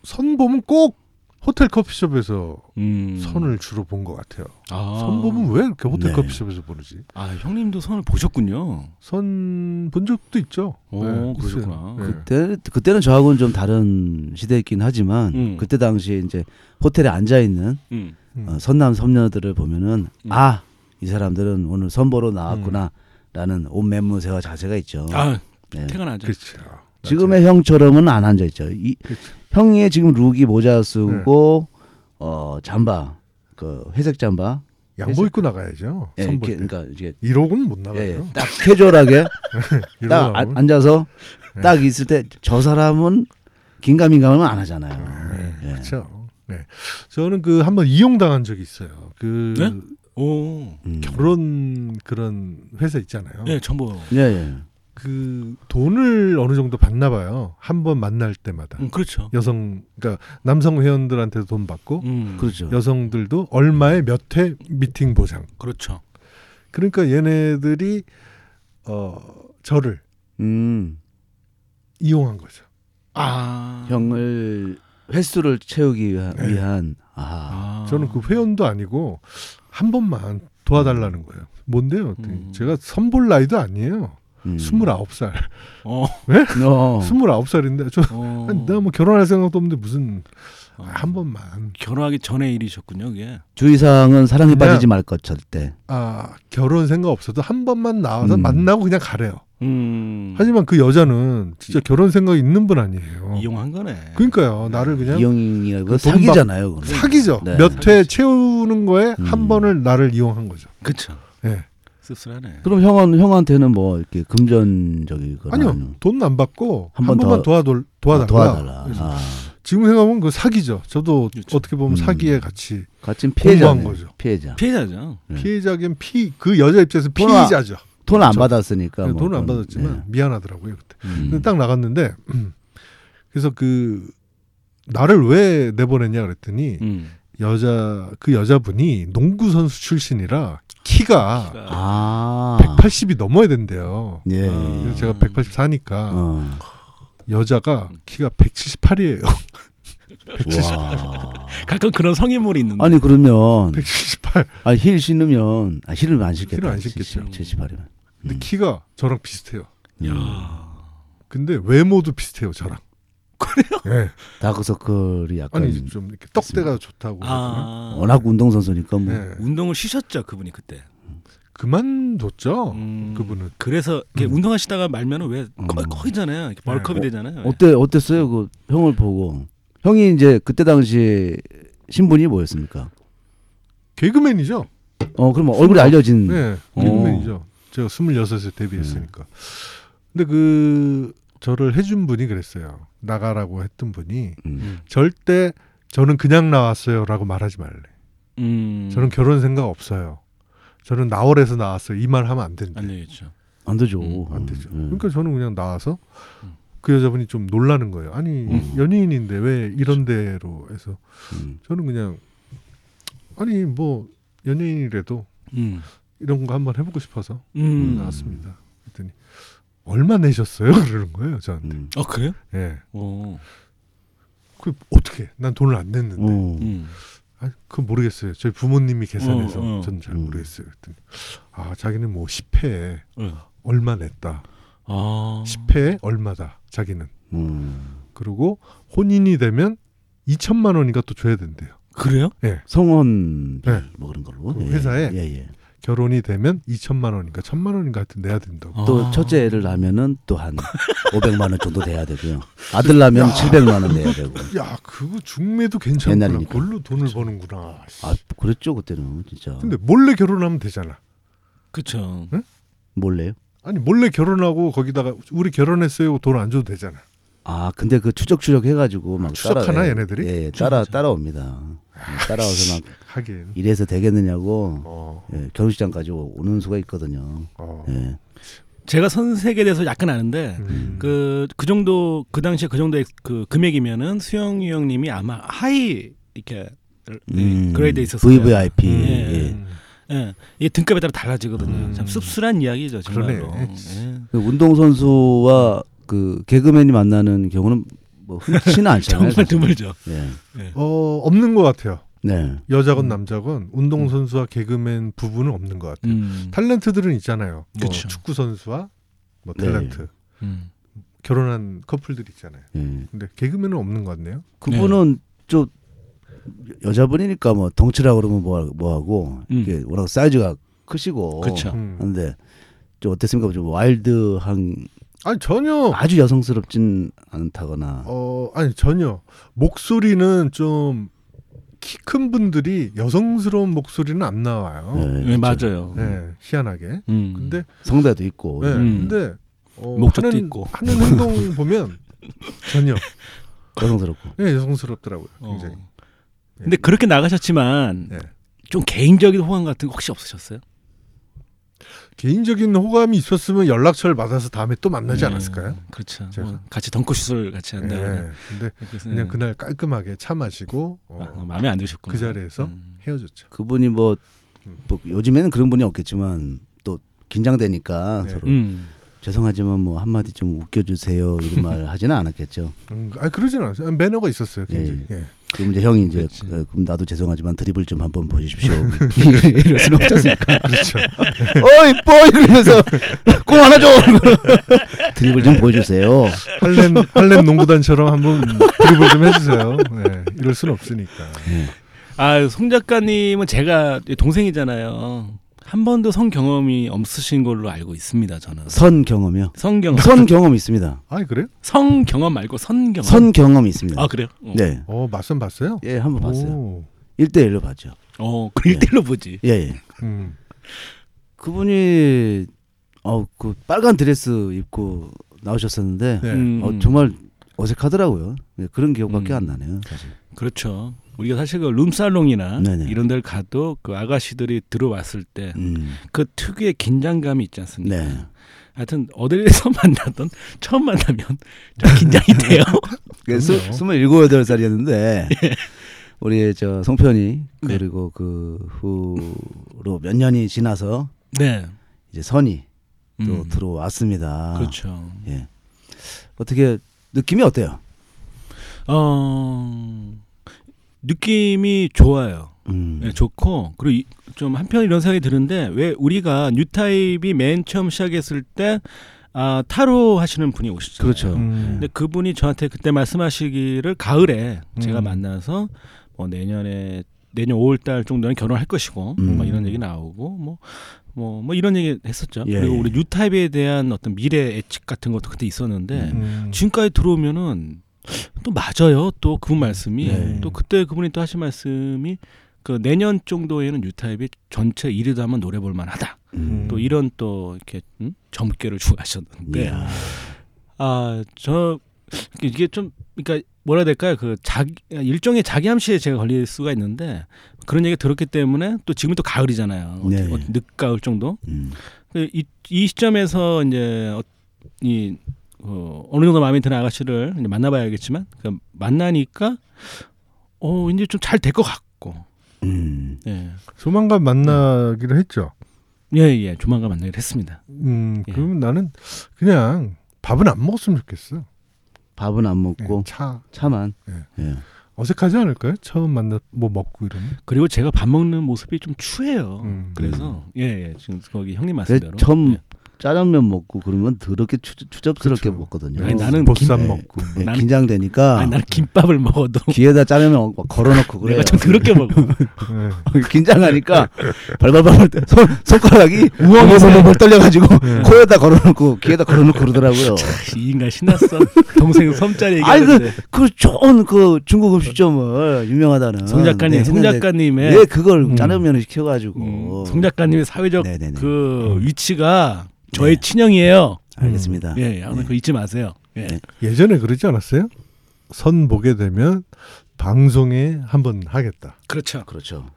Speaker 2: 선봄은 꼭 호텔 커피숍에서
Speaker 3: 음.
Speaker 2: 선을 주로 본 것 같아요.
Speaker 3: 아.
Speaker 2: 선봄은 왜 이렇게 호텔
Speaker 1: 네.
Speaker 2: 커피숍에서 보는지
Speaker 3: 아 형님도 선을 보셨군요.
Speaker 2: 선 본 적도 있죠.
Speaker 3: 오,
Speaker 2: 네,
Speaker 3: 그러셨구나.
Speaker 2: 네.
Speaker 1: 그때 그때는 저하고는 좀 다른 시대이긴 하지만
Speaker 3: 음.
Speaker 1: 그때 당시 이제 호텔에 앉아 있는
Speaker 3: 음.
Speaker 2: 음.
Speaker 1: 어, 선남 선녀들을 보면은
Speaker 3: 음.
Speaker 1: 아 이 사람들은 오늘 선보러
Speaker 2: 음.
Speaker 1: 나왔구나라는 옷 맨무새와 자세가 있죠.
Speaker 3: 아
Speaker 1: 네.
Speaker 3: 태가 나죠.
Speaker 2: 그렇죠.
Speaker 1: 지금의 형처럼은 안 앉아 있죠. 이
Speaker 2: 그렇죠. 네.
Speaker 1: 형이 지금 룩이 모자 쓰고 어 잠바 그 회색 잠바
Speaker 2: 양보 입고 나가야죠.
Speaker 1: 예,
Speaker 2: 선볼
Speaker 1: 이렇게
Speaker 2: 때.
Speaker 1: 그러니까 이게
Speaker 2: 1억은 못
Speaker 1: 예, 예,
Speaker 2: 나가요.
Speaker 1: 딱 캐주얼하게
Speaker 2: 예.
Speaker 1: 딱 아- 앉아서
Speaker 2: 네.
Speaker 1: 딱 있을 때 저 사람은 긴가민가하면 안 하잖아요.
Speaker 3: 네.
Speaker 1: 예.
Speaker 2: 그렇죠. 네. 저는 그 한번 이용당한 적이 있어요. 그
Speaker 3: 네? 오.
Speaker 1: 음.
Speaker 2: 결혼 그런 회사 있잖아요.
Speaker 3: 네, 정보.
Speaker 1: 예, 예.
Speaker 2: 그 돈을 어느 정도 받나 봐요. 한 번 만날 때마다.
Speaker 3: 음, 그렇죠.
Speaker 2: 여성 그러니까 남성 회원들한테도 돈 받고
Speaker 3: 음,
Speaker 1: 그렇죠.
Speaker 2: 여성들도 얼마에 몇 회 미팅 보장.
Speaker 3: 그렇죠.
Speaker 2: 그러니까 얘네들이 어 저를
Speaker 1: 음.
Speaker 2: 이용한 거죠.
Speaker 3: 아.
Speaker 1: 형을 횟수를 채우기 위하-
Speaker 2: 네.
Speaker 1: 위한 아.
Speaker 3: 아.
Speaker 2: 저는 그 회원도 아니고 한 번만 도와달라는 거예요. 뭔데요?
Speaker 3: 음.
Speaker 2: 제가 선볼 나이도 아니에요.
Speaker 1: 음.
Speaker 2: 29살.
Speaker 3: 어.
Speaker 1: 어.
Speaker 2: 29살인데 저
Speaker 3: 어.
Speaker 2: 내가 뭐 결혼할 생각도 없는데 무슨
Speaker 3: 어.
Speaker 2: 아, 한 번만
Speaker 3: 결혼하기 전에 일이셨군요, 그게.
Speaker 1: 주의사항은 사랑에
Speaker 2: 그냥-
Speaker 1: 빠지지 말 것 절대.
Speaker 2: 아 결혼 생각 없어도 한 번만 나와서
Speaker 1: 음.
Speaker 2: 만나고 그냥 가래요.
Speaker 3: 음.
Speaker 2: 하지만 그 여자는 진짜 결혼 생각 있는 분 아니에요.
Speaker 3: 이용한 거네.
Speaker 2: 그러니까요. 나를 그냥
Speaker 1: 이용이라고
Speaker 2: 돈
Speaker 1: 사기잖아요. 그건.
Speaker 2: 사기죠.
Speaker 1: 네.
Speaker 2: 몇 회 채우는 거에 한
Speaker 1: 음.
Speaker 2: 번을 나를 이용한 거죠.
Speaker 3: 그렇죠.
Speaker 2: 예.
Speaker 3: 씁쓸하네.
Speaker 1: 그럼 형은 형한테는 뭐 이렇게 금전적이거나
Speaker 2: 아니요.
Speaker 1: 아니면-
Speaker 2: 돈 안 받고 한,
Speaker 1: 한번
Speaker 2: 번만
Speaker 1: 더-
Speaker 2: 도와돌,
Speaker 1: 아,
Speaker 2: 도와달라.
Speaker 1: 도와달라.
Speaker 2: 그래서
Speaker 1: 아,
Speaker 2: 지금 생각하면 그 사기죠. 저도
Speaker 3: 그렇죠.
Speaker 2: 어떻게 보면
Speaker 1: 음.
Speaker 2: 사기에 같이
Speaker 1: 같은 피해자.
Speaker 2: 공부한 거죠.
Speaker 1: 피해자.
Speaker 3: 피해자죠.
Speaker 1: 네.
Speaker 2: 피해자긴 피 그 여자 입장에서
Speaker 1: 돈 안-
Speaker 2: 피의자죠.
Speaker 1: 돈 안
Speaker 2: 그렇죠.
Speaker 1: 받았으니까. 뭐
Speaker 2: 돈을 안
Speaker 1: 그건,
Speaker 2: 받았지만
Speaker 1: 네.
Speaker 2: 미안하더라고요 그때.
Speaker 1: 음.
Speaker 2: 근데 딱 나갔는데 음. 그래서 그 나를 왜 내보냈냐 그랬더니
Speaker 3: 음.
Speaker 2: 여자 그 여자분이 농구 선수 출신이라 키가
Speaker 1: 아.
Speaker 2: 180이 넘어야 된대요.
Speaker 1: 예.
Speaker 3: 아.
Speaker 2: 그래서 제가 184니까
Speaker 1: 어.
Speaker 2: 여자가 키가 178이에요. 그렇죠.
Speaker 1: 와.
Speaker 3: 가끔 그런 성인물이 있는데.
Speaker 1: 아니 그러면
Speaker 2: 178.
Speaker 1: 아니 힐 신으면 아 힐을 안 신겠다.
Speaker 2: 힐을 안 신겠죠.
Speaker 1: 78이면. 음.
Speaker 2: 근데 키가 저랑 비슷해요.
Speaker 3: 야.
Speaker 2: 근데 외모도 비슷해요 저랑.
Speaker 3: 그래요?
Speaker 2: 예.
Speaker 1: 다크서클이 약간
Speaker 2: 아니 좀 이렇게 떡대가 좋다고. 그러잖아요.
Speaker 3: 아. 음.
Speaker 1: 워낙 운동 선수니까 뭐.
Speaker 2: 예.
Speaker 3: 운동을 쉬셨죠, 그분이 그때.
Speaker 2: 그만뒀죠.
Speaker 3: 음.
Speaker 2: 어, 그분은
Speaker 3: 그래서 이렇게 운동하시다가 말면은 왜
Speaker 1: 음.
Speaker 3: 거- 거기잖아요. 이렇게
Speaker 2: 네.
Speaker 3: 벌컵이
Speaker 2: 어,
Speaker 3: 되잖아요. 왜.
Speaker 1: 어때 어땠어요 그 형을 보고 형이 이제 그때 당시 신분이 뭐였습니까?
Speaker 2: 개그맨이죠.
Speaker 1: 어 그럼 얼굴이 알려진
Speaker 2: 네,
Speaker 1: 음.
Speaker 2: 개그맨이죠. 제가 26에 데뷔했으니까. 근데 그 저를 해준 분이 그랬어요. 나가라고 했던 분이
Speaker 1: 음.
Speaker 3: 음.
Speaker 2: 절대 저는 그냥 나왔어요라고 말하지 말래.
Speaker 3: 음.
Speaker 2: 저는 결혼 생각 없어요. 저는 나월에서 나왔어요. 이 말 하면 안 된다.
Speaker 3: 안 되겠죠.
Speaker 1: 안 되죠.
Speaker 3: 음,
Speaker 2: 안 되죠.
Speaker 1: 음, 음.
Speaker 2: 그러니까 저는 그냥 나와서
Speaker 3: 음.
Speaker 2: 그 여자분이 좀 놀라는 거예요. 아니
Speaker 1: 음. 그렇죠.
Speaker 2: 연예인인데 왜 이런 데로 해서
Speaker 1: 음.
Speaker 2: 저는 그냥 아니 뭐 연예인이라도
Speaker 3: 음.
Speaker 2: 이런 거 한번 해보고 싶어서
Speaker 3: 음.
Speaker 2: 나왔습니다. 그랬더니 얼마 내셨어요? 그러는 거예요 저한테.
Speaker 1: 음.
Speaker 3: 어 그래요?
Speaker 2: 예.
Speaker 3: 오.
Speaker 2: 그 어떻게? 난 돈을 안 냈는데.
Speaker 1: 어.
Speaker 3: 음.
Speaker 2: 아, 그 모르겠어요. 저희 부모님이 계산해서
Speaker 3: 어, 어.
Speaker 2: 저는 잘
Speaker 1: 음.
Speaker 2: 모르겠어요. 그랬더니 아 자기는 뭐 10회에
Speaker 3: 어.
Speaker 2: 얼마 냈다.
Speaker 3: 아.
Speaker 2: 10회에 얼마다. 자기는.
Speaker 1: 음.
Speaker 2: 그리고 혼인이 되면 2천만 원인가 또 줘야 된대요.
Speaker 3: 그래요?
Speaker 1: 성원
Speaker 2: 네.
Speaker 1: 뭐 그런 걸로
Speaker 2: 그 회사에
Speaker 1: 예, 예.
Speaker 2: 결혼이 되면 2천만 원인가 1천만 원인가 하여튼 내야 된다고.
Speaker 1: 또
Speaker 3: 아.
Speaker 1: 첫째 애를 낳으면은 또 한 500만 원 정도 돼야 되고요. 아들 낳으면 700만 원 내야 되고.
Speaker 2: 야 그거 중매도 괜찮구나.
Speaker 1: 옛날이니까.
Speaker 2: 그걸로 돈을 버는구나.
Speaker 1: 아 그랬죠 그때는 진짜
Speaker 2: 근데 몰래 결혼하면 되잖아.
Speaker 3: 그쵸.
Speaker 1: 몰래요?
Speaker 2: 아니 몰래 결혼하고 거기다가 우리 결혼했어요 돈 안 줘도 되잖아.
Speaker 1: 아 근데 그 추적 추적 해가지고 막
Speaker 2: 추적하나,
Speaker 1: 따라와요.
Speaker 2: 얘네들이?
Speaker 1: 예, 예, 따라 따라옵니다. 예, 따라와서 막
Speaker 2: 하긴.
Speaker 1: 이래서 되겠느냐고
Speaker 2: 어.
Speaker 1: 예, 결혼식장까지 오는 수가 있거든요.
Speaker 2: 어.
Speaker 1: 예.
Speaker 3: 제가 선색에 대해서 약간 아는데
Speaker 2: 음.
Speaker 3: 그 그 정도 그 당시에 그 정도의 그 금액이면은 수영이 형님이 아마 하이 이렇게
Speaker 1: 음,
Speaker 3: 네, 그레이드에 있었어요.
Speaker 1: VVIP.
Speaker 3: 음.
Speaker 1: 예.
Speaker 2: 음.
Speaker 3: 예, 이게 등급에 따라 달라지거든요.
Speaker 2: 음.
Speaker 3: 참 씁쓸한 이야기죠, 정말로.
Speaker 2: 그러네.
Speaker 3: 예.
Speaker 1: 그 운동선수와 그 개그맨이 만나는 경우는 뭐 흔치는 않잖아요.
Speaker 3: 정말 드물죠.
Speaker 1: 예.
Speaker 2: 어, 없는 것 같아요.
Speaker 1: 네.
Speaker 2: 여자건 남자건 운동 선수와 개그맨 부부는 없는 것 같아요.
Speaker 3: 음.
Speaker 2: 탤런트들은 있잖아요. 뭐
Speaker 3: 그쵸.
Speaker 2: 축구 선수와 뭐
Speaker 1: 네.
Speaker 2: 탤런트
Speaker 3: 음.
Speaker 2: 결혼한 커플들 있잖아요.
Speaker 1: 예.
Speaker 2: 근데 개그맨은 없는 것 같네요.
Speaker 1: 그분은 저 여자분이니까 뭐 덩치라 그러면 뭐, 뭐 하고
Speaker 3: 음. 그렇죠.
Speaker 1: 이게 워낙 사이즈가 크시고
Speaker 3: 그쵸.
Speaker 2: 음.
Speaker 1: 근데 좀 어땠습니까? 좀 와일드한
Speaker 2: 아니
Speaker 3: 어.
Speaker 2: 전혀
Speaker 1: 아주 여성스럽진 않다거나
Speaker 2: 어 아니 전혀 목소리는 좀 키 큰 분들이 여성스러운 목소리는 안 나와요.
Speaker 1: 예,
Speaker 3: 예,
Speaker 1: 그쵸.
Speaker 3: 맞아요.
Speaker 2: 네, 희한하게.
Speaker 3: 음.
Speaker 2: 근데
Speaker 1: 성대도 있고
Speaker 2: 네,
Speaker 3: 음.
Speaker 2: 근데 어,
Speaker 3: 목적도
Speaker 2: 하는,
Speaker 3: 있고.
Speaker 2: 하는 행동 보면 전혀
Speaker 1: 여성스럽고
Speaker 2: 예, 여성스럽더라고요.
Speaker 3: 어.
Speaker 2: 굉장히. 네.
Speaker 3: 근데 그렇게 나가셨지만
Speaker 2: 예.
Speaker 3: 좀 개인적인 호감 같은 거 혹시 없으셨어요?
Speaker 2: 개인적인 호감이 있었으면 연락처를 받아서 다음에 또 만나지
Speaker 3: 예.
Speaker 2: 않았을까요?
Speaker 3: 그렇죠.
Speaker 2: 제가.
Speaker 3: 뭐 같이 덩크슛을 같이
Speaker 2: 예.
Speaker 3: 한다. 네. 아,
Speaker 2: 근데 그냥 그날 깔끔하게 차 마시고 어,
Speaker 3: 마음에 안 드셨구나.
Speaker 2: 그 자리에서
Speaker 3: 음.
Speaker 2: 헤어졌죠.
Speaker 1: 그분이 뭐, 뭐 요즘에는 그런 분이 없겠지만 또 긴장되니까
Speaker 2: 네.
Speaker 1: 서로
Speaker 3: 음.
Speaker 1: 죄송하지만 뭐 한마디 좀 웃겨주세요 이런 말 하지는 않았겠죠.
Speaker 2: 음, 아 그러진 않았어요. 매너가 있었어요. 굉장히. 예.
Speaker 1: 그럼 이제 형이 이제
Speaker 3: 그치.
Speaker 1: 어, 그럼 나도 죄송하지만 드립을 좀 한번 보십시오. 이럴 수는 없잖습니까.
Speaker 2: 그렇죠.
Speaker 1: 어이 뽀이 그러면서 공 하나 줘. 드립을 좀 보여주세요.
Speaker 2: 할렘 할렘 농구단처럼 한번 드리블 좀 해주세요. 예, 이럴 순 없으니까.
Speaker 3: 아, 송 작가님은 제가 동생이잖아요. 한 번도 성 경험이 없으신 걸로 알고 있습니다. 저는
Speaker 1: 선 경험이요.
Speaker 3: 성 경험,
Speaker 1: 선 경험 있습니다.
Speaker 2: 아 그래요?
Speaker 3: 성 경험 말고 선 경험.
Speaker 1: 선 경험이 있습니다.
Speaker 3: 아 그래요? 어.
Speaker 1: 네.
Speaker 2: 어 맞선 봤어요?
Speaker 1: 예, 한번 봤어요.
Speaker 2: 오,
Speaker 1: 1대1로 봤죠.
Speaker 3: 어, 그 일대일로 보지.
Speaker 1: 예, 예.
Speaker 2: 음.
Speaker 1: 그분이 어 그 빨간 드레스 입고 나오셨었는데
Speaker 2: 네.
Speaker 3: 음,
Speaker 1: 어, 정말 어색하더라고요. 네, 그런 기억밖에
Speaker 3: 음.
Speaker 1: 안 나네요. 사실.
Speaker 3: 그렇죠. 우리가 사실 그 룸살롱이나
Speaker 1: 네네.
Speaker 3: 이런 데를 가도 그 아가씨들이 들어왔을 때 그
Speaker 1: 음.
Speaker 3: 특유의 긴장감이 있지 않습니까?
Speaker 1: 네.
Speaker 3: 하여튼 어디에서 만나던 처음 만나면 좀 긴장이
Speaker 1: 네.
Speaker 3: 돼요.
Speaker 1: 그래서
Speaker 2: 그럼요.
Speaker 1: 스물일곱 여덟 살이었는데 우리 저 송편이 그리고 그 후로 몇 년이 지나서
Speaker 3: 네.
Speaker 1: 이제 선이 또
Speaker 3: 음,
Speaker 1: 들어왔습니다.
Speaker 3: 그렇죠.
Speaker 1: 예. 어떻게 느낌이 어때요?
Speaker 3: 어 느낌이 좋아요.
Speaker 1: 음.
Speaker 3: 네, 좋고 그리고 이- 좀 한편 이런 생각이 드는데 왜 우리가 뉴타입이 맨 처음 시작했을 때 아, 타로 하시는 분이 오시죠.
Speaker 1: 그렇죠.
Speaker 2: 음.
Speaker 3: 근데 그분이 저한테 그때 말씀하시기를 가을에 제가
Speaker 2: 음.
Speaker 3: 만나서 뭐 내년에 내년 5월달 정도는 결혼할 것이고
Speaker 1: 음.
Speaker 3: 뭐 이런 얘기 나오고 뭐 뭐 뭐 이런 얘기 했었죠.
Speaker 1: 예,
Speaker 3: 그리고
Speaker 1: 예.
Speaker 3: 우리 뉴타입에 대한 어떤 미래 예측 같은 것도 그때 있었는데
Speaker 2: 음.
Speaker 3: 지금까지 들어오면은 또 맞아요. 또 그분 말씀이
Speaker 1: 네.
Speaker 3: 또 그때 그분이 또 하신 말씀이 그 내년 정도에는 뉴타입이 전체 1위도 한번 노려볼 만하다.
Speaker 1: 음. 예.
Speaker 3: 또 이런 또 이렇게 음? 점괘를 주하셨는데
Speaker 1: 이야.
Speaker 3: 아 저 이게 좀 그러니까 뭐라 해야 될까요? 그 자기 일종의 자기 암시에 제가 걸릴 수가 있는데 그런 얘기 들었기 때문에 또 지금 또 가을이잖아요.
Speaker 1: 네.
Speaker 3: 어떻게- 어, 늦가을 정도.
Speaker 1: 음.
Speaker 3: 그 이, 이 시점에서 이제 어, 이 어, 어느 정도 마음에 드는 아가씨를 이제 만나봐야겠지만 그 만나니까 어 이제 좀 잘 될 것 같고
Speaker 1: 음.
Speaker 3: 예예예 예,
Speaker 2: 조만간
Speaker 1: 네.
Speaker 2: 만나기로 했죠.
Speaker 3: 조만간 만나기로 했습니다.
Speaker 2: 음,
Speaker 3: 예.
Speaker 2: 그러면 나는 그냥 밥은 안 먹었으면 좋겠어.
Speaker 1: 밥은 안
Speaker 2: 예,
Speaker 1: 먹고
Speaker 2: 차
Speaker 1: 차만.
Speaker 2: 예.
Speaker 1: 예.
Speaker 2: 어색하지 않을까요? 처음 만나 뭐 먹고 이러면.
Speaker 3: 그리고 제가 밥 먹는 모습이 좀
Speaker 1: 어,
Speaker 3: 추해요.
Speaker 2: 음.
Speaker 3: 그래서 예예 지금 거기 형님
Speaker 1: 그래서
Speaker 3: 말씀대로
Speaker 1: 처음
Speaker 3: 예.
Speaker 1: 짜장면 먹고 그러면 더럽게 추, 추접스럽게
Speaker 2: 그렇죠.
Speaker 1: 먹거든요.
Speaker 3: 아니, 나는
Speaker 2: 보쌈
Speaker 1: 김-
Speaker 2: 먹고.
Speaker 1: 예,
Speaker 3: 나는-
Speaker 1: 긴장되니까
Speaker 3: 아니, 나는 김밥을 먹어도
Speaker 1: 귀에다 짜장면 어- 막 걸어놓고 그래요.
Speaker 3: 내가 좀 그렇게 먹어.
Speaker 2: 예.
Speaker 1: 긴장하니까 발발발발 떨- 손 손가락이
Speaker 3: 네.
Speaker 1: 우엉우엉 떨려가지고 코에다 걸어놓고 귀에다 걸어놓고 그러더라고요.
Speaker 3: 이 인간 신났어. 동생 섬짜리
Speaker 1: 아니
Speaker 3: 얘기하는데.
Speaker 1: 그그 좋은 그 중국 음식점을 유명하다는
Speaker 3: 송 작가님,
Speaker 1: 네, 예.
Speaker 3: 송
Speaker 1: 했는데
Speaker 3: 작가님의
Speaker 1: 왜 그걸
Speaker 2: 음.
Speaker 1: 짜장면을 시켜가지고
Speaker 3: 음, 송 작가님의 사회적
Speaker 1: 네네네.
Speaker 2: 어.
Speaker 3: 그 위치가
Speaker 1: 네.
Speaker 3: 저의 친형이에요.
Speaker 1: 알겠습니다.
Speaker 2: 아.
Speaker 3: 예, 예, 항상
Speaker 1: 네.
Speaker 3: 그거 잊지 마세요. 예.
Speaker 2: 네. 예전에 그러지 않았어요? 선 보게 되면 방송에 한번 하겠다.
Speaker 3: 그렇죠.
Speaker 1: 그렇죠.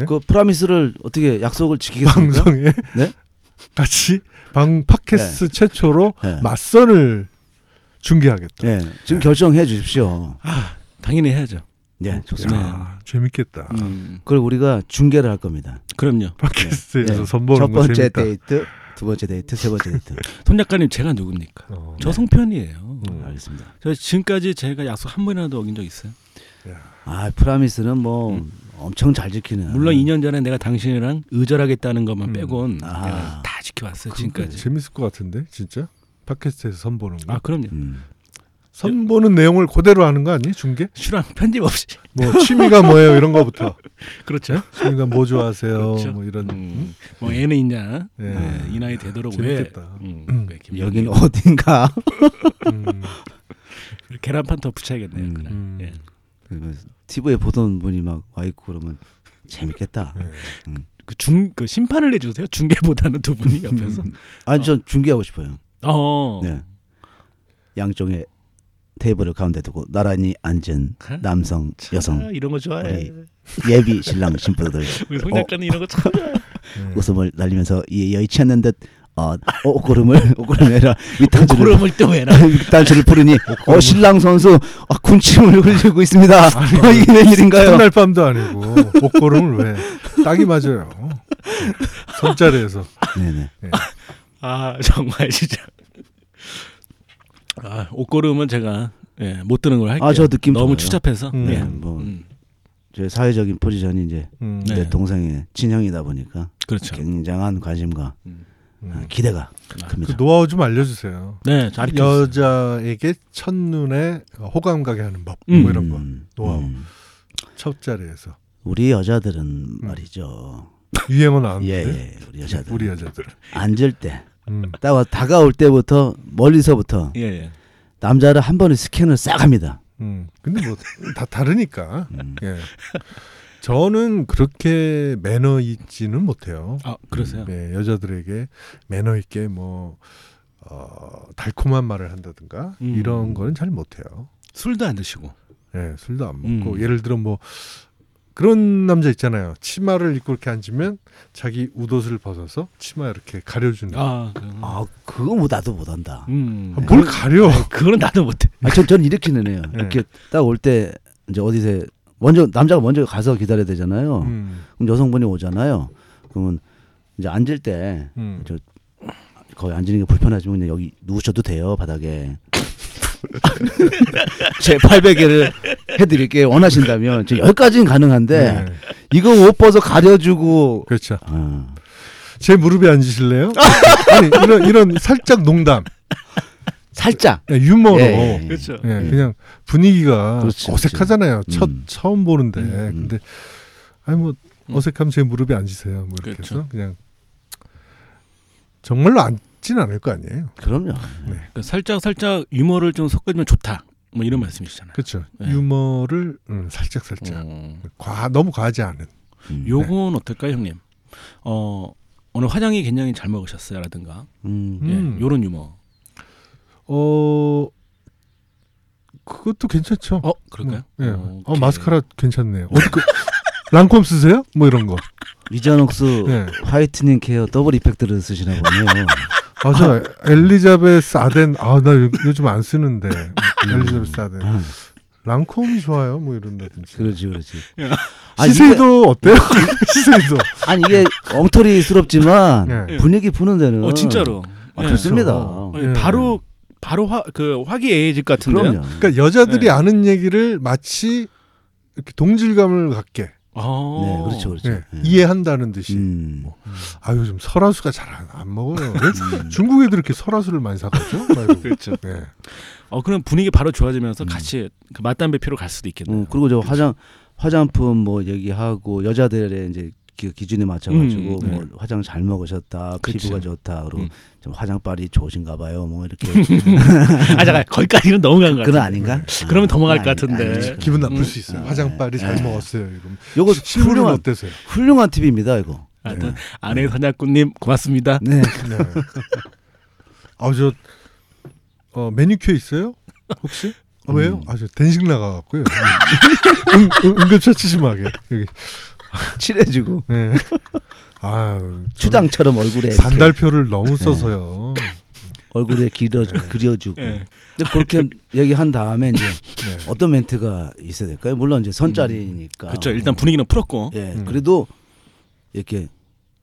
Speaker 2: 예?
Speaker 1: 그 프라미스를 어떻게 약속을 지키겠습니까?
Speaker 2: 방송에
Speaker 1: 네?
Speaker 2: 같이 방 팟캐스트 최초로
Speaker 1: 네.
Speaker 2: 맞선을 중계하겠다.
Speaker 1: 예, 지금 결정해 주십시오.
Speaker 3: 아, 당연히 해야죠.
Speaker 1: 예, 좋습니다.
Speaker 2: 야, 재밌겠다.
Speaker 3: 음,
Speaker 1: 그걸 우리가 중계를 할 겁니다.
Speaker 3: 그럼요.
Speaker 2: 팟캐스트에서
Speaker 1: 예.
Speaker 2: 선보는
Speaker 1: 첫
Speaker 2: 거
Speaker 1: 번째
Speaker 2: 재밌다.
Speaker 1: 데이트, 두 번째 데이트, 세 번째 데이트.
Speaker 3: 손 작가님 제가 누굽니까?
Speaker 2: 어,
Speaker 3: 저 송편이에요.
Speaker 2: 음.
Speaker 1: 알겠습니다.
Speaker 3: 저 지금까지 제가 약속 한 번이라도 어긴 적 있어요.
Speaker 1: 아, 프라미스는 뭐 엄청 잘 지키는.
Speaker 3: 물론 2년 전에 내가 당신이랑 의절하겠다는 것만
Speaker 2: 아. 음.
Speaker 3: 빼곤
Speaker 1: 아.
Speaker 3: 내가 다 지켜왔어요
Speaker 2: 그거
Speaker 3: 지금까지.
Speaker 2: 재밌을 것 같은데 진짜 팟캐스트에서 선보는 거.
Speaker 3: 아 그럼요.
Speaker 1: 음.
Speaker 2: 선보는 내용을 그대로 하는 거 아니? 중계?
Speaker 3: 실랑 편집 없이.
Speaker 2: 뭐 취미가 뭐예요 이런 거부터.
Speaker 3: 그렇죠.
Speaker 2: 취미가 뭐 좋아하세요?
Speaker 3: 그렇죠.
Speaker 2: 뭐 이런.
Speaker 3: 음, 뭐 애는 있냐.
Speaker 2: 예.
Speaker 3: 네, 이 나이 되도록
Speaker 2: 재밌겠다.
Speaker 3: 왜 음,
Speaker 2: 음.
Speaker 3: 왜 이렇게
Speaker 1: 여기는 어딘가.
Speaker 2: 음.
Speaker 3: 계란판 더 붙여야겠네요.
Speaker 1: 음.
Speaker 3: 그날.
Speaker 2: 음.
Speaker 3: 예.
Speaker 1: TV에 그 보던 분이 막 와 있고 그러면 재밌겠다.
Speaker 2: 예.
Speaker 3: 그중그 심판을 해주세요. 중계보다는 두 분이 옆에서.
Speaker 1: 아니 전 중계하고 싶어요.
Speaker 3: 어.
Speaker 1: 네. 양쪽에 테이블을 가운데 두고 나란히 앉은
Speaker 3: 가?
Speaker 1: 남성,
Speaker 3: 참,
Speaker 1: 여성, 네.
Speaker 3: 이런 거 좋아해.
Speaker 1: 우리 예비 신랑 신부들
Speaker 3: 우리 송 작가는
Speaker 1: 어.
Speaker 3: 이런 거 참.
Speaker 2: 예. 네.
Speaker 1: 웃음을 날리면서 이 여의치 않는 듯 어, 어, 옷고름을 옷고름해라 밑단추를
Speaker 3: 고름을 또 해라.
Speaker 1: 밑단추를 부르니 어 신랑 선수 아, 군침을 흘리고
Speaker 2: 아,
Speaker 1: 있습니다. 어, 이게 웬일인가요?
Speaker 2: 첫날 밤도 아니고 옷걸음을 왜 딱이 맞아요. 손자리에서
Speaker 1: 네네.
Speaker 3: 아 정말 진짜. 아 옷걸음은 제가 예, 못 드는 걸 할게요.
Speaker 1: 아, 저 느낌
Speaker 3: 너무
Speaker 1: 좋아요.
Speaker 3: 추잡해서.
Speaker 2: 음.
Speaker 1: 네,
Speaker 3: 예.
Speaker 1: 뭐제
Speaker 3: 음,
Speaker 1: 사회적인 포지션이 이제
Speaker 2: 음,
Speaker 3: 네.
Speaker 1: 내 동생의 친형이다 보니까
Speaker 3: 그렇죠.
Speaker 1: 굉장한 관심과 아,
Speaker 2: 음.
Speaker 1: 기대가
Speaker 2: 그
Speaker 3: 아,
Speaker 1: 큽니다.
Speaker 2: 노하우 좀 알려주세요.
Speaker 3: 네, 잘 익혔어요.
Speaker 2: 여자에게 첫눈에 호감 가게 하는 법,
Speaker 3: 음.
Speaker 2: 뭐 이런 거.
Speaker 1: 음,
Speaker 2: 노하우.
Speaker 1: 음.
Speaker 2: 첫 자리에서
Speaker 1: 우리 여자들은 말이죠.
Speaker 2: 유행어
Speaker 1: 예,
Speaker 2: 나왔는데
Speaker 1: 예, 우리 여자들
Speaker 2: 음. 우리 여자들.
Speaker 1: 앉을 때
Speaker 2: 음.
Speaker 1: 따와 다가올 때부터 멀리서부터
Speaker 3: 예, 예.
Speaker 1: 남자를 한 번에 스캔을 싹 합니다.
Speaker 2: 음. 근데 뭐 다 다르니까.
Speaker 3: 음.
Speaker 2: 예. 저는 그렇게 매너 있지는 못해요.
Speaker 3: 아 그러세요.
Speaker 1: 음,
Speaker 2: 네, 여자들에게 매너 있게 뭐 어, 달콤한 말을 한다든가
Speaker 3: 음.
Speaker 2: 이런 거는 잘 못해요.
Speaker 3: 술도 안 드시고.
Speaker 2: 예, 술도 안 먹고
Speaker 3: 음.
Speaker 2: 예를 들어 뭐 그런 남자 있잖아요. 치마를 입고 이렇게 앉으면 자기 웃옷을 벗어서 치마 이렇게 가려주는.
Speaker 3: 아, 그,
Speaker 2: 음.
Speaker 1: 아, 그거 뭐 나도 못한다.
Speaker 3: 음.
Speaker 2: 아, 뭘 가려?
Speaker 3: 그거는 나도 못해.
Speaker 1: 아, 전, 전 이렇게는 해요.
Speaker 2: 예.
Speaker 1: 이렇게 딱 올 때 이제 어디서 먼저 남자가 먼저 가서 기다려야 되잖아요.
Speaker 2: 음,
Speaker 1: 그럼 여성분이 오잖아요. 그러면 이제 앉을 때
Speaker 2: 음.
Speaker 3: 그렇죠.
Speaker 1: 저- 거의 앉는 게 불편하지만 그냥 여기 누우셔도 돼요 바닥에. 제 800개를 해드릴게요. 원하신다면 저 여기까지는 가능한데
Speaker 2: 네,
Speaker 1: 이거 옷 벗어 가려주고
Speaker 2: 그렇죠.
Speaker 1: 아,
Speaker 2: 제 무릎에 앉으실래요? 아니 이런 이런 살짝 농담,
Speaker 1: 살짝
Speaker 2: 예, 유머로.
Speaker 1: 예, 예.
Speaker 3: 그렇죠.
Speaker 2: 예,
Speaker 1: 예.
Speaker 2: 그냥 분위기가
Speaker 1: 그렇지,
Speaker 2: 어색하잖아요.
Speaker 1: 그렇지.
Speaker 2: 첫
Speaker 1: 음.
Speaker 2: 처음 보는데
Speaker 3: 음,
Speaker 1: 음.
Speaker 2: 근데 아니 뭐
Speaker 3: 음.
Speaker 2: 어색하면 제 무릎에 앉으세요. 뭐 이렇게
Speaker 3: 그렇죠.
Speaker 2: 해서 그냥 정말로 앉진 않을 거 아니에요.
Speaker 1: 그럼요.
Speaker 3: 그러니까 살짝 살짝 유머를 좀 섞어주면 좋다. 뭐 이런 말씀이시잖아요.
Speaker 2: 그렇죠.
Speaker 3: 네.
Speaker 2: 유머를 음, 살짝 살짝
Speaker 1: 어.
Speaker 3: 음.
Speaker 2: 과 너무 과하지 않은.
Speaker 1: 음.
Speaker 3: 네. 요건 어떨까요, 형님? 어 오늘 화장이 굉장히 잘 먹으셨어요라든가
Speaker 1: 음.
Speaker 2: 음.
Speaker 3: 예, 요런 유머.
Speaker 2: 어 그것도 괜찮죠.
Speaker 3: 어 그럴까요?
Speaker 2: 음,
Speaker 1: 뭐,
Speaker 2: 예. 어,
Speaker 3: 오케이.
Speaker 2: 마스카라 괜찮네요. 어디 그 랑콤 쓰세요? 뭐 이런 거.
Speaker 3: 어.
Speaker 1: 리자녹스
Speaker 2: 예.
Speaker 1: 화이트닝 케어 더블 이펙트를 쓰시나 보네요.
Speaker 2: 아, 저 엘리자베스 아덴 아 나 요즘 안 쓰는데 엘리자베스 아덴
Speaker 1: 아,
Speaker 2: 랑콤이 좋아요. 뭐 이런다든지.
Speaker 1: 그렇지 그렇지.
Speaker 3: 야.
Speaker 1: 아니, 이게,
Speaker 2: 시세이도 어때요? 시세이도.
Speaker 1: 아니 이게 엉터리스럽지만
Speaker 2: 예.
Speaker 1: 분위기 푸는 데는
Speaker 3: 어 진짜로.
Speaker 1: 아,
Speaker 3: 예.
Speaker 1: 좋습니다.
Speaker 2: 그렇죠.
Speaker 3: 어, 예. 바로 바로 화, 그 화기애애질 같은데요.
Speaker 1: 그럼요.
Speaker 2: 그러니까 여자들이
Speaker 3: 네.
Speaker 2: 아는 얘기를 마치 이렇게 동질감을 갖게
Speaker 3: 아.
Speaker 1: 네, 그렇죠, 그렇죠.
Speaker 2: 예,
Speaker 1: 예.
Speaker 2: 이해한다는 듯이.
Speaker 1: 음.
Speaker 2: 아 요즘 설화수가 잘 안 먹어요. 왜 중국 애들 이렇게 설화수를 많이 사가죠? 막 이러고.
Speaker 3: 그렇죠.
Speaker 2: 예.
Speaker 3: 어 그럼 분위기 바로 좋아지면서
Speaker 1: 음.
Speaker 3: 같이 그 맞담배 피러 갈 수도 있겠네요.
Speaker 1: 어, 그리고 저 화장 화장품 뭐 얘기하고 여자들의 이제 기, 기준에 맞춰가지고
Speaker 3: 음, 음,
Speaker 1: 뭐 화장 잘 먹으셨다
Speaker 3: 그치.
Speaker 1: 피부가 좋다 그리고
Speaker 3: 음.
Speaker 1: 좀 화장빨이 좋으신가 봐요 뭐 이렇게
Speaker 3: 아 잠깐 거기까지는 넘어간 것
Speaker 1: 그건
Speaker 3: 같아요.
Speaker 1: 아닌가?
Speaker 3: 그러면 넘어갈
Speaker 1: 아니,
Speaker 3: 것 같은데.
Speaker 1: 아니지, 그건.
Speaker 2: 기분 나쁠
Speaker 3: 음.
Speaker 2: 수 있어요. 화장빨이 잘 먹었어요. 이러면.
Speaker 1: 네. 요거
Speaker 2: 식물은
Speaker 1: 훌륭한
Speaker 2: 어때서요?
Speaker 1: 훌륭한 팁입니다 이거.
Speaker 3: 하여튼 아내 선약군님 고맙습니다.
Speaker 1: 네.
Speaker 2: 네. 아저 어, 메뉴큐어 있어요? 혹시? 아, 왜요?
Speaker 1: 음.
Speaker 2: 아, 저 된식 나가갖고요. 응, 음, 응, 응급처치 심하게. 여기.
Speaker 1: 칠해주고
Speaker 2: 네. 아,
Speaker 1: 추장처럼 얼굴에 이렇게 네. 음.
Speaker 2: 산달표를 너무 써서요.
Speaker 1: 얼굴에 길어 그려주고
Speaker 3: 예.
Speaker 1: 근데 그렇게 얘기한 다음에 이제
Speaker 2: 네.
Speaker 1: 어떤 멘트가 있어야 될까요? 물론 이제 선짜리니까
Speaker 3: 그렇죠. 일단 분위기는 풀었고.
Speaker 1: 예
Speaker 2: 음.
Speaker 1: 그래도 이렇게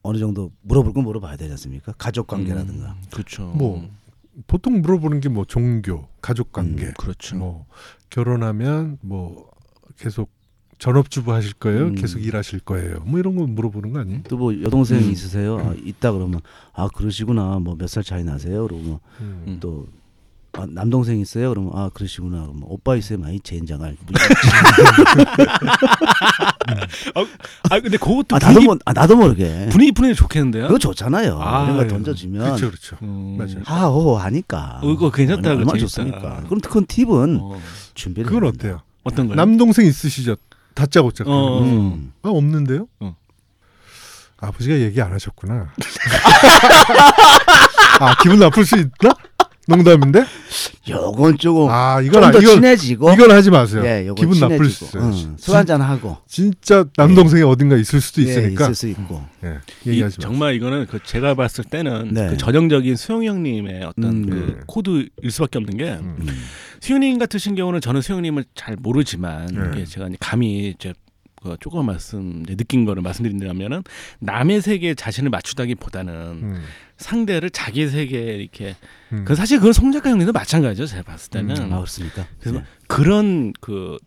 Speaker 1: 어느 정도 물어볼 건 물어봐야 되지 않습니까? 가족 관계라든가
Speaker 3: 음, 그렇죠.
Speaker 2: 뭐 보통 물어보는 게 뭐 종교, 가족 관계,
Speaker 1: 음,
Speaker 3: 그렇죠.
Speaker 2: 뭐 결혼하면 뭐 계속 전업주부 하실 거예요,
Speaker 1: 음.
Speaker 2: 계속 일하실 거예요, 뭐 이런 거 물어보는 거 아니에요?
Speaker 1: 또 뭐 여동생
Speaker 3: 음.
Speaker 1: 있으세요? 아, 있다 그러면 아 그러시구나 뭐 몇 살 차이 나세요? 그러면
Speaker 2: 음.
Speaker 3: 음.
Speaker 1: 또 아, 남동생 있어요? 그러면 아 그러시구나 그러면 오빠 있어요? 많이 젠장할 뭐
Speaker 3: 아 근데 그것도
Speaker 1: 아 나도
Speaker 3: 분위기,
Speaker 1: 모, 아 나도 모르게
Speaker 3: 분위기 푸는 게 좋겠는데요.
Speaker 1: 그거 좋잖아요.
Speaker 3: 아,
Speaker 1: 이런 거
Speaker 3: 예.
Speaker 1: 음. 던져주면
Speaker 2: 그렇죠, 그렇죠.
Speaker 3: 음.
Speaker 2: 맞아요.
Speaker 1: 하오 하니까.
Speaker 3: 어, 그거 괜찮다,
Speaker 1: 얼마-
Speaker 3: 그거
Speaker 1: 얼마나
Speaker 3: 재밌다.
Speaker 1: 좋습니까? 그럼 그건 팁은
Speaker 3: 어.
Speaker 1: 준비를.
Speaker 2: 아. 그건
Speaker 1: 해야
Speaker 2: 어때요?
Speaker 3: 어떤 거요?
Speaker 2: 남동생 있으시죠? 다짜고짜.
Speaker 3: 네. 어.
Speaker 1: 된다. 음.
Speaker 2: 아 없는데요?
Speaker 3: 어.
Speaker 2: 아버지가 얘기 안 하셨구나. 아 기분 나쁠 수 있나? 농담인데?
Speaker 1: 요건 조금
Speaker 2: 어. 아 이건 아,
Speaker 1: 어, 좀더
Speaker 2: 이건
Speaker 1: 친해지고.
Speaker 2: 이건 하지 마세요.
Speaker 1: 예, 요건
Speaker 2: 기분 나쁠 수
Speaker 1: 친해지고.
Speaker 2: 있어요.
Speaker 1: 응, 술 한잔 하고.
Speaker 2: 진짜 남동생이 어딘가 있을 수도
Speaker 1: 예,
Speaker 2: 있으니까
Speaker 1: 있을 수 있고.
Speaker 2: 예,
Speaker 3: 이-
Speaker 2: 얘기하지 마.
Speaker 3: 정말 이거는 그 제가 봤을 때는
Speaker 1: 네.
Speaker 3: 그 전형적인 수영 형님의 어떤
Speaker 1: 음,
Speaker 3: 그
Speaker 2: 네.
Speaker 3: 코드일 수밖에 없는 게
Speaker 2: 음.
Speaker 1: 음.
Speaker 3: 수영님 같으신 경우는 저는 수영님을 잘 모르지만
Speaker 2: 네.
Speaker 3: 예, 제가 이제 감히 이제 그 조금 말씀 이제 느낀 거를 말씀드린다면은 남의 세계에 자신을 맞추다기보다는
Speaker 2: 음.
Speaker 3: 상대를 자기 세계에 이렇게
Speaker 2: 음.
Speaker 3: 그 사실 그건 송작가 형님도 마찬가지죠 제가 봤을 때는
Speaker 1: 아 그렇습니까?
Speaker 3: 그래서
Speaker 1: 네.
Speaker 3: 그런 그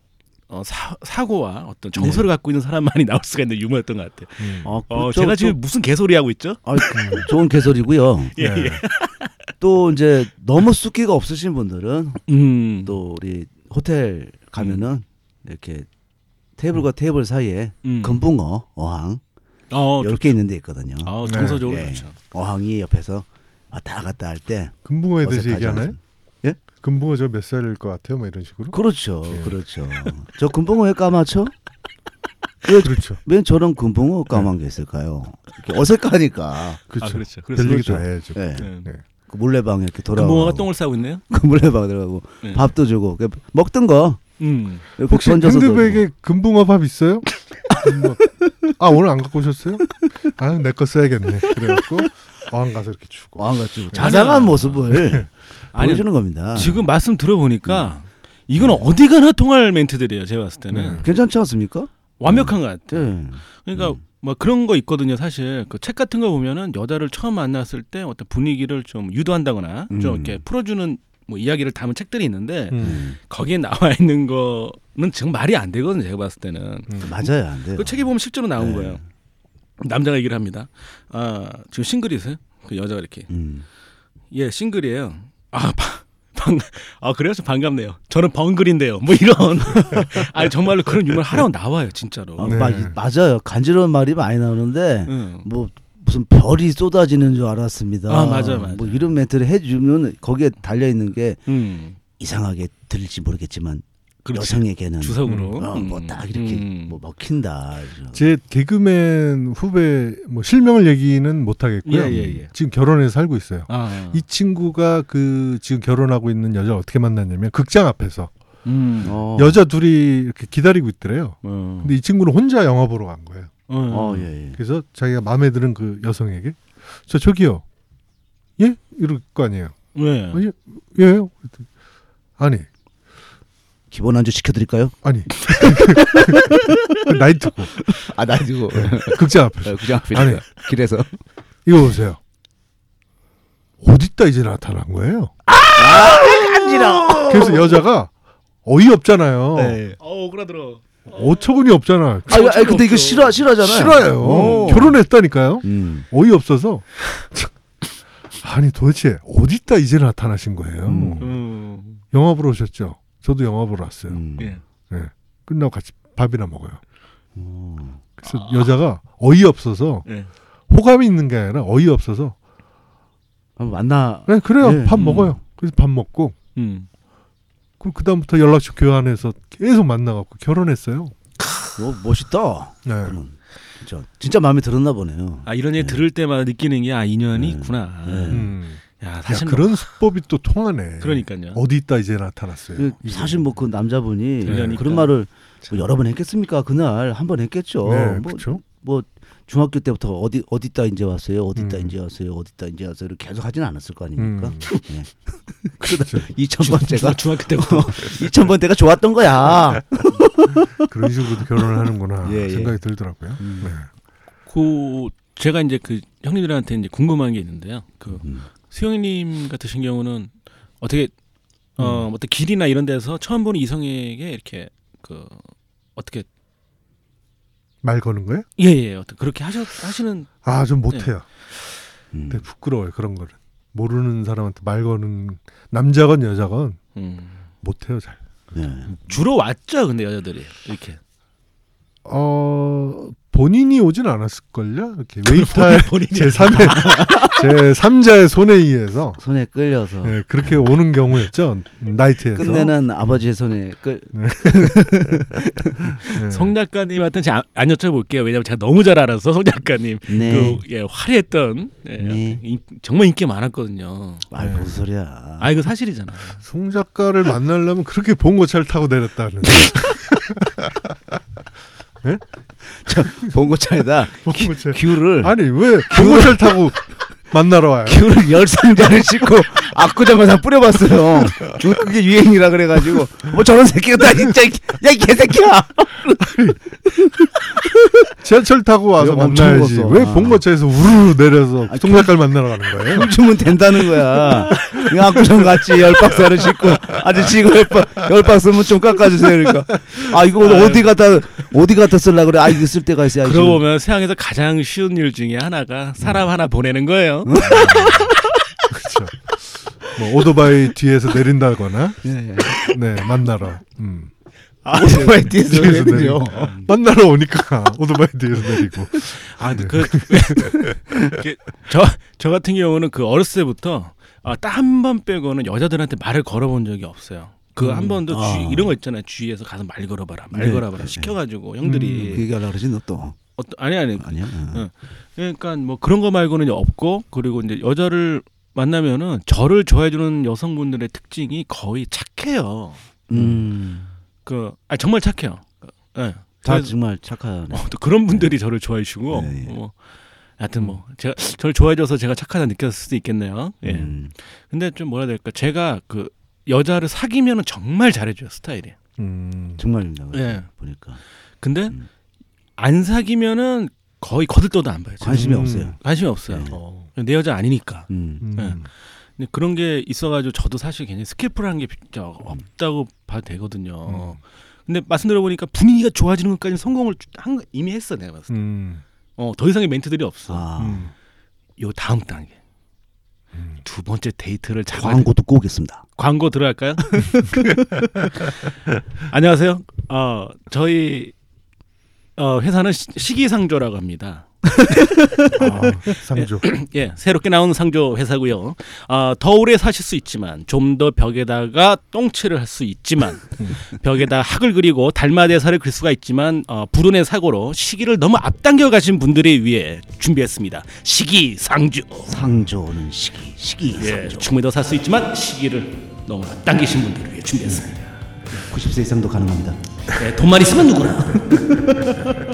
Speaker 3: 어, 사, 사고와 어떤 정서를
Speaker 2: 네.
Speaker 3: 갖고 있는 사람만이 나올 수가 있는 유머였던 것 같아요.
Speaker 2: 음.
Speaker 1: 어,
Speaker 3: 어,
Speaker 1: 저-
Speaker 3: 제가
Speaker 1: 저-
Speaker 3: 지금 무슨 개소리 하고 있죠?
Speaker 1: 아, 그- 좋은 개설이고요.
Speaker 3: 예,
Speaker 2: 네.
Speaker 3: 예.
Speaker 1: 또 이제 너무 숫기가 없으신 분들은
Speaker 3: 음,
Speaker 1: 또 우리 호텔 가면은 이렇게 테이블과 테이블 사이에
Speaker 3: 음.
Speaker 1: 금붕어, 어항
Speaker 3: 어,
Speaker 1: 열 개 있는 데 있거든요.
Speaker 3: 아, 정서적으로
Speaker 1: 네.
Speaker 3: 그렇죠.
Speaker 1: 어항이 옆에서 왔다 갔다 할 때
Speaker 2: 금붕어에 대해서
Speaker 1: 어색하지
Speaker 2: 얘기하나요?
Speaker 1: 않습니다. 예?
Speaker 2: 금붕어 저 몇 살일 것 같아요? 뭐 이런 식으로?
Speaker 1: 그렇죠,
Speaker 2: 예.
Speaker 1: 그렇죠. 저 금붕어 왜 까맣죠?
Speaker 2: 그렇죠.
Speaker 1: 왜 예, 저런
Speaker 2: 네.
Speaker 1: 금붕어 까만 게 있을까요? 이렇게 어색하니까
Speaker 2: 그렇죠.
Speaker 3: 아, 그렇죠. 그래서
Speaker 2: 별 얘기
Speaker 1: 그렇죠.
Speaker 2: 다 해야죠.
Speaker 1: 예.
Speaker 3: 네.
Speaker 2: 네.
Speaker 1: 그 몰래방에 이렇게
Speaker 3: 그
Speaker 1: 돌아와.
Speaker 3: 모아가 똥을 싸고 있네요.
Speaker 1: 그 몰래방 들어가고
Speaker 3: 네.
Speaker 1: 밥도 주고 그 먹던 거
Speaker 3: 음.
Speaker 1: 이렇게
Speaker 2: 그 혹시
Speaker 1: 던져서
Speaker 2: 핸드백에 금붕어 밥 있어요? 금붕어. 아 오늘 안 갖고 오셨어요? 아내 거 써야겠네. 그래갖고 어항 가서 이렇게 주고.
Speaker 1: 왕 같이 자상한
Speaker 3: 아니야.
Speaker 2: 네.
Speaker 1: 모습을
Speaker 3: 아니,
Speaker 1: 보여주는 겁니다.
Speaker 3: 지금 말씀 들어보니까 이건 어디 가나 통할 멘트들이에요. 제가 봤을 때는
Speaker 2: 네.
Speaker 1: 괜찮지 않습니까?
Speaker 3: 완벽한 것 같아요.
Speaker 1: 네.
Speaker 3: 그러니까
Speaker 1: 음.
Speaker 3: 뭐 그런 거 있거든요. 사실 그 책 같은 거 보면은 여자를 처음 만났을 때 어떤 분위기를 좀 유도한다거나 좀
Speaker 1: 음.
Speaker 3: 이렇게 풀어주는 뭐 이야기를 담은 책들이 있는데
Speaker 2: 음.
Speaker 1: 음.
Speaker 3: 거기에 나와 있는 거는 지금 말이 안 되거든요. 제가 봤을 때는
Speaker 2: 음.
Speaker 1: 네. 맞아요, 안 돼요.
Speaker 3: 그 책에 보면 실제로 나온
Speaker 1: 네.
Speaker 3: 거예요. 남자가 얘기를 합니다. 아 지금 싱글이세요? 그 여자가 이렇게
Speaker 1: 음.
Speaker 3: 예 싱글이에요. 아 바- 반, 아 그래서 반갑네요. 저는 번글인데요. 뭐 이런 아니 정말로 그런 유머 하라고 나와요 진짜로.
Speaker 1: 아,
Speaker 2: 네.
Speaker 1: 마- 맞아요. 간지러운 말이 많이 나오는데
Speaker 3: 응.
Speaker 1: 뭐 무슨 별이 쏟아지는 줄 알았습니다.
Speaker 3: 아, 맞아요, 맞아요.
Speaker 1: 뭐 이런 멘트를 해주면 거기에 달려 있는 게
Speaker 3: 음.
Speaker 1: 이상하게 들릴지 모르겠지만
Speaker 3: 그렇지.
Speaker 1: 여성에게는 어,
Speaker 3: 주석으로
Speaker 1: 아, 뭐딱 이렇게
Speaker 3: 음.
Speaker 1: 뭐 먹힌다. 이런.
Speaker 2: 제 개그맨 후배 뭐 실명을 얘기는 못 하겠고요.
Speaker 3: 예, 예, 예.
Speaker 2: 지금 결혼해서 살고 있어요.
Speaker 3: 아,
Speaker 2: 이 친구가 그 지금 결혼하고 있는 여자 를 어떻게 만났냐면 극장 앞에서
Speaker 3: 음.
Speaker 1: 어.
Speaker 2: 여자 둘이 이렇게 기다리고 있더래요.
Speaker 3: 어.
Speaker 2: 근데 이 친구는 혼자 영화 보러 간 거예요.
Speaker 1: 어,
Speaker 3: 어.
Speaker 1: 예, 예.
Speaker 2: 그래서 자기가 마음에 드는 그 여성에게 저 저기요. 예? 이럴 거 아니에요.
Speaker 3: 왜?
Speaker 2: 아니, 예요? 아니,
Speaker 1: 기본 안주 시켜드릴까요?
Speaker 2: 아니. 그 나이트고 예,
Speaker 4: 아, 나 지금
Speaker 2: 극장 앞에
Speaker 4: 구장 앞에
Speaker 2: 아니.
Speaker 4: 있어요. 길에서.
Speaker 2: 이거 보세요. 어디다 이제 나타난 거예요?
Speaker 1: 간지러.
Speaker 4: 어.
Speaker 2: 그래서 여자가 어이없잖아요.
Speaker 4: 네.
Speaker 3: 어, 오그라들어.
Speaker 2: 어처구니 없잖아.
Speaker 1: 아, 이거- 아, 근데 이거 싫어 싫어잖아요.
Speaker 2: 싫어요.
Speaker 1: 오.
Speaker 2: 결혼했다니까요.
Speaker 1: 음.
Speaker 2: 어이 없어서 아니 도대체 어디다 이제 나타나신 거예요?
Speaker 1: 음.
Speaker 3: 음.
Speaker 2: 영화 보러 오셨죠? 저도 영화 보러 왔어요.
Speaker 1: 음.
Speaker 3: 예.
Speaker 2: 네. 끝나고 같이 밥이나 먹어요.
Speaker 1: 오.
Speaker 2: 그래서 여자가 어이 없어서
Speaker 1: 음.
Speaker 3: 예.
Speaker 2: 호감이 있는 게 아니라 어이 없어서
Speaker 1: 한번 아, 만나.
Speaker 2: 네, 그래요
Speaker 1: 예,
Speaker 2: 밥
Speaker 3: 음.
Speaker 2: 먹어요. 그래서 밥 먹고
Speaker 3: 음.
Speaker 2: 그 그다음부터 연락처 교환해서 계속 만나갖고 결혼했어요.
Speaker 1: 오, 뭐 멋있다.
Speaker 2: 네.
Speaker 1: 그럼 진짜 진짜 마음에 들었나 보네요.
Speaker 3: 아, 이런 얘기 들을 때마다 느끼는 게 아, 인연이
Speaker 1: 네.
Speaker 3: 있구나.
Speaker 1: 네.
Speaker 2: 음.
Speaker 3: 야,
Speaker 2: 야,
Speaker 3: 사실 뭐-
Speaker 2: 그런 수법이 또 통하네.
Speaker 3: 그러니까요.
Speaker 2: 어디 있다 이제 나타났어요.
Speaker 1: 그
Speaker 3: 네.
Speaker 1: 사실 뭐 그 남자분이
Speaker 3: 그러니까.
Speaker 1: 그런 말을 뭐 여러 번 했겠습니까? 그날 한 번 했겠죠.
Speaker 2: 네,
Speaker 1: 뭐,
Speaker 2: 그렇죠.
Speaker 1: 뭐 중학교 때부터 어디 어디 다 이제 왔어요. 어디 있다
Speaker 2: 음.
Speaker 1: 이제 왔어요. 어디 있다 이제 왔어요. 이렇게 계속 하진 않았을 거 아닙니까?
Speaker 2: 음.
Speaker 1: 네.
Speaker 2: 그렇죠.
Speaker 1: 2000번째가 어.
Speaker 3: 중학교 때부터
Speaker 1: 2000번대가 좋았던 거야.
Speaker 2: 그런 식으로도 결혼을 하는구나
Speaker 1: 예, 예.
Speaker 2: 생각이 들더라고요.
Speaker 1: 음.
Speaker 2: 네.
Speaker 3: 그 제가 이제 그 형님들한테 이제 궁금한 게 있는데요. 그
Speaker 1: 음.
Speaker 3: 수영님 같으신 경우는 어떻게
Speaker 1: 음.
Speaker 3: 어 어떤 길이나 이런 데서 처음 보는 이성에게 이렇게 그 어떻게
Speaker 2: 말 거는 거예요?
Speaker 3: 예예 어떻게 그렇게 하셔 하시는
Speaker 2: 아, 좀 못해요.
Speaker 1: 음.
Speaker 2: 되게 부끄러워요 그런 거를. 모르는 사람한테 말 거는 남자건 여자건
Speaker 3: 음.
Speaker 2: 못해요 잘.
Speaker 1: 네.
Speaker 3: 주로 왔죠 근데 여자들이 이렇게
Speaker 2: 어 본인이 오진 않았을걸요. 이렇게
Speaker 1: 네.
Speaker 2: 웨이터의
Speaker 3: 본인이
Speaker 2: 제 3의 제 3자의 손에 의해서
Speaker 1: 손에 끌려서
Speaker 2: 예, 그렇게 오는 경우였죠 나이트에서.
Speaker 1: 끝내는 아버지의 손에 끌 네.
Speaker 2: 예.
Speaker 3: 성 작가님한테 제가 아, 안- 안 여쭤볼게요 왜냐면 제가 너무 잘 알아서 성 작가님
Speaker 1: 네.
Speaker 3: 그 예, 화려했던 예,
Speaker 1: 네.
Speaker 3: 인- 정말 인기 많았거든요.
Speaker 1: 말 무슨 소리야.
Speaker 3: 아 이거 사실이잖아.
Speaker 2: 송 작가를 만나려면 그렇게 봉고차를 타고 내렸다는.
Speaker 1: 봉고차에다
Speaker 2: 봉고차.
Speaker 1: 귤을
Speaker 2: 아니 왜 봉고차를 타고 만나러 와요?
Speaker 1: 귤을 열 상자를 싣고 압구정을 다 뿌려봤어요. 그- 그게 유행이라 그래가지고 뭐 저런 새끼가 다 진짜 야이 개새끼야.
Speaker 2: 지하철 타고 와서
Speaker 1: 내가 멈춰
Speaker 2: 만나야지.
Speaker 1: 먹었어.
Speaker 2: 왜
Speaker 1: 아.
Speaker 2: 봉고차에서 우르르 내려서
Speaker 1: 아,
Speaker 2: 송 작가를 만나러 가는 거예요?
Speaker 1: 춤추면 된다는 거야. 이 압구정 같이 열 박스를 싣고 아저씨 이거 열, 박, 열 박스면 좀 깎아주세요. 그러니까 아 이거 어디 갖다 어디 갖다 쓸라 그래. 아 이거 쓸 데가 있어야지.
Speaker 3: 네. 그러고 보면 세상에서 가장 쉬운 일 중에 하나가 사람 하나 보내는 거예요.
Speaker 1: 음.
Speaker 2: 그렇죠. 뭐 오토바이 뒤에서 내린다거나
Speaker 1: 예, 예.
Speaker 2: 네 만나러 음.
Speaker 3: 아, 네.
Speaker 1: 오토바이 뒤에서
Speaker 2: 뒤에서
Speaker 1: 내려.
Speaker 2: 만나러 오니까 오토바이 뒤에서 내리고
Speaker 3: 어. 아, 근데 그, 그 저, 저 같은 경우는 그 어렸을 때부터 아, 딱 한 번 빼고는 여자들한테 말을 걸어본 적이 없어요. 그 한 번도
Speaker 1: 아.
Speaker 3: 주위- 이런 거 있잖아요. 주위에서 가서 말 걸어봐라, 말
Speaker 1: 네.
Speaker 3: 걸어봐라 시켜가지고 형들이
Speaker 1: 그 얘기하려 그러지 너 또.
Speaker 3: 어떤 아니 아니
Speaker 1: 아니야. 어.
Speaker 3: 그러니까 뭐 그런 거 말고는 없고 그리고 이제 여자를 만나면은 저를 좋아해주는 여성분들의 특징이 거의 착해요.
Speaker 1: 음.
Speaker 3: 그 아, 정말 착해요. 예.
Speaker 1: 다
Speaker 3: 그래서-
Speaker 1: 정말 착하네.
Speaker 3: 어, 또 그런 분들이 저를 좋아해 주고
Speaker 1: 네, 예.
Speaker 3: 뭐 하여튼 뭐 제가 저를 좋아해 줘서 제가 착하다 느꼈을 수도 있겠네요. 예.
Speaker 1: 음.
Speaker 3: 근데 좀 뭐라 해야 될까? 제가 그 여자를 사귀면은 정말 잘해 줘요, 스타일이.
Speaker 2: 음.
Speaker 1: 정말입니다.
Speaker 3: 예.
Speaker 1: 보니까
Speaker 3: 근데
Speaker 1: 음.
Speaker 3: 안 사귀면은 거의 거들떠도 안 봐요. 제가.
Speaker 1: 관심이
Speaker 2: 음.
Speaker 1: 없어요.
Speaker 3: 관심이 없어요.
Speaker 1: 네.
Speaker 2: 어.
Speaker 3: 내 여자 아니니까.
Speaker 1: 음.
Speaker 2: 음.
Speaker 3: 네. 근데 그런 게 있어가지고 저도 사실 굉장히 스킬풀한 게 진짜
Speaker 1: 음.
Speaker 3: 없다고 봐도 되거든요.
Speaker 2: 음.
Speaker 3: 근데 말씀 들어보니까 분위기가 좋아지는 것까지 성공을 한, 이미 했어 내가 봤을 때.
Speaker 2: 음.
Speaker 3: 어, 더 이상의 멘트들이 없어.
Speaker 1: 아,
Speaker 2: 음.
Speaker 3: 요 다음 단계
Speaker 2: 음.
Speaker 3: 두 번째 데이트를 잡아 광고
Speaker 1: 광고 듣고 오겠습니다.
Speaker 3: 광고 들어갈까요? 안녕하세요. 어 저희 어 회사는 시- 시기상조라고 합니다.
Speaker 2: 아, 상조.
Speaker 3: 예 새롭게 나온 상조 회사고요. 어, 아더 오래 사실 수 있지만 좀 더 벽에다가 똥칠을 할 수 있지만 벽에다 학을 그리고 달마대사를 그릴 수가 있지만 어, 불운의 사고로 시기를 너무 앞당겨 가신 분들을 위해 준비했습니다. 시기상조.
Speaker 1: 상조는 시기, 시기
Speaker 3: 예,
Speaker 1: 상조.
Speaker 3: 충분히 더 살 수 있지만 시기를 너무 당기신 분들을 위해 준비했습니다.
Speaker 1: 90세 이상도 가능합니다.
Speaker 3: 예, 돈만 있으면 누구나.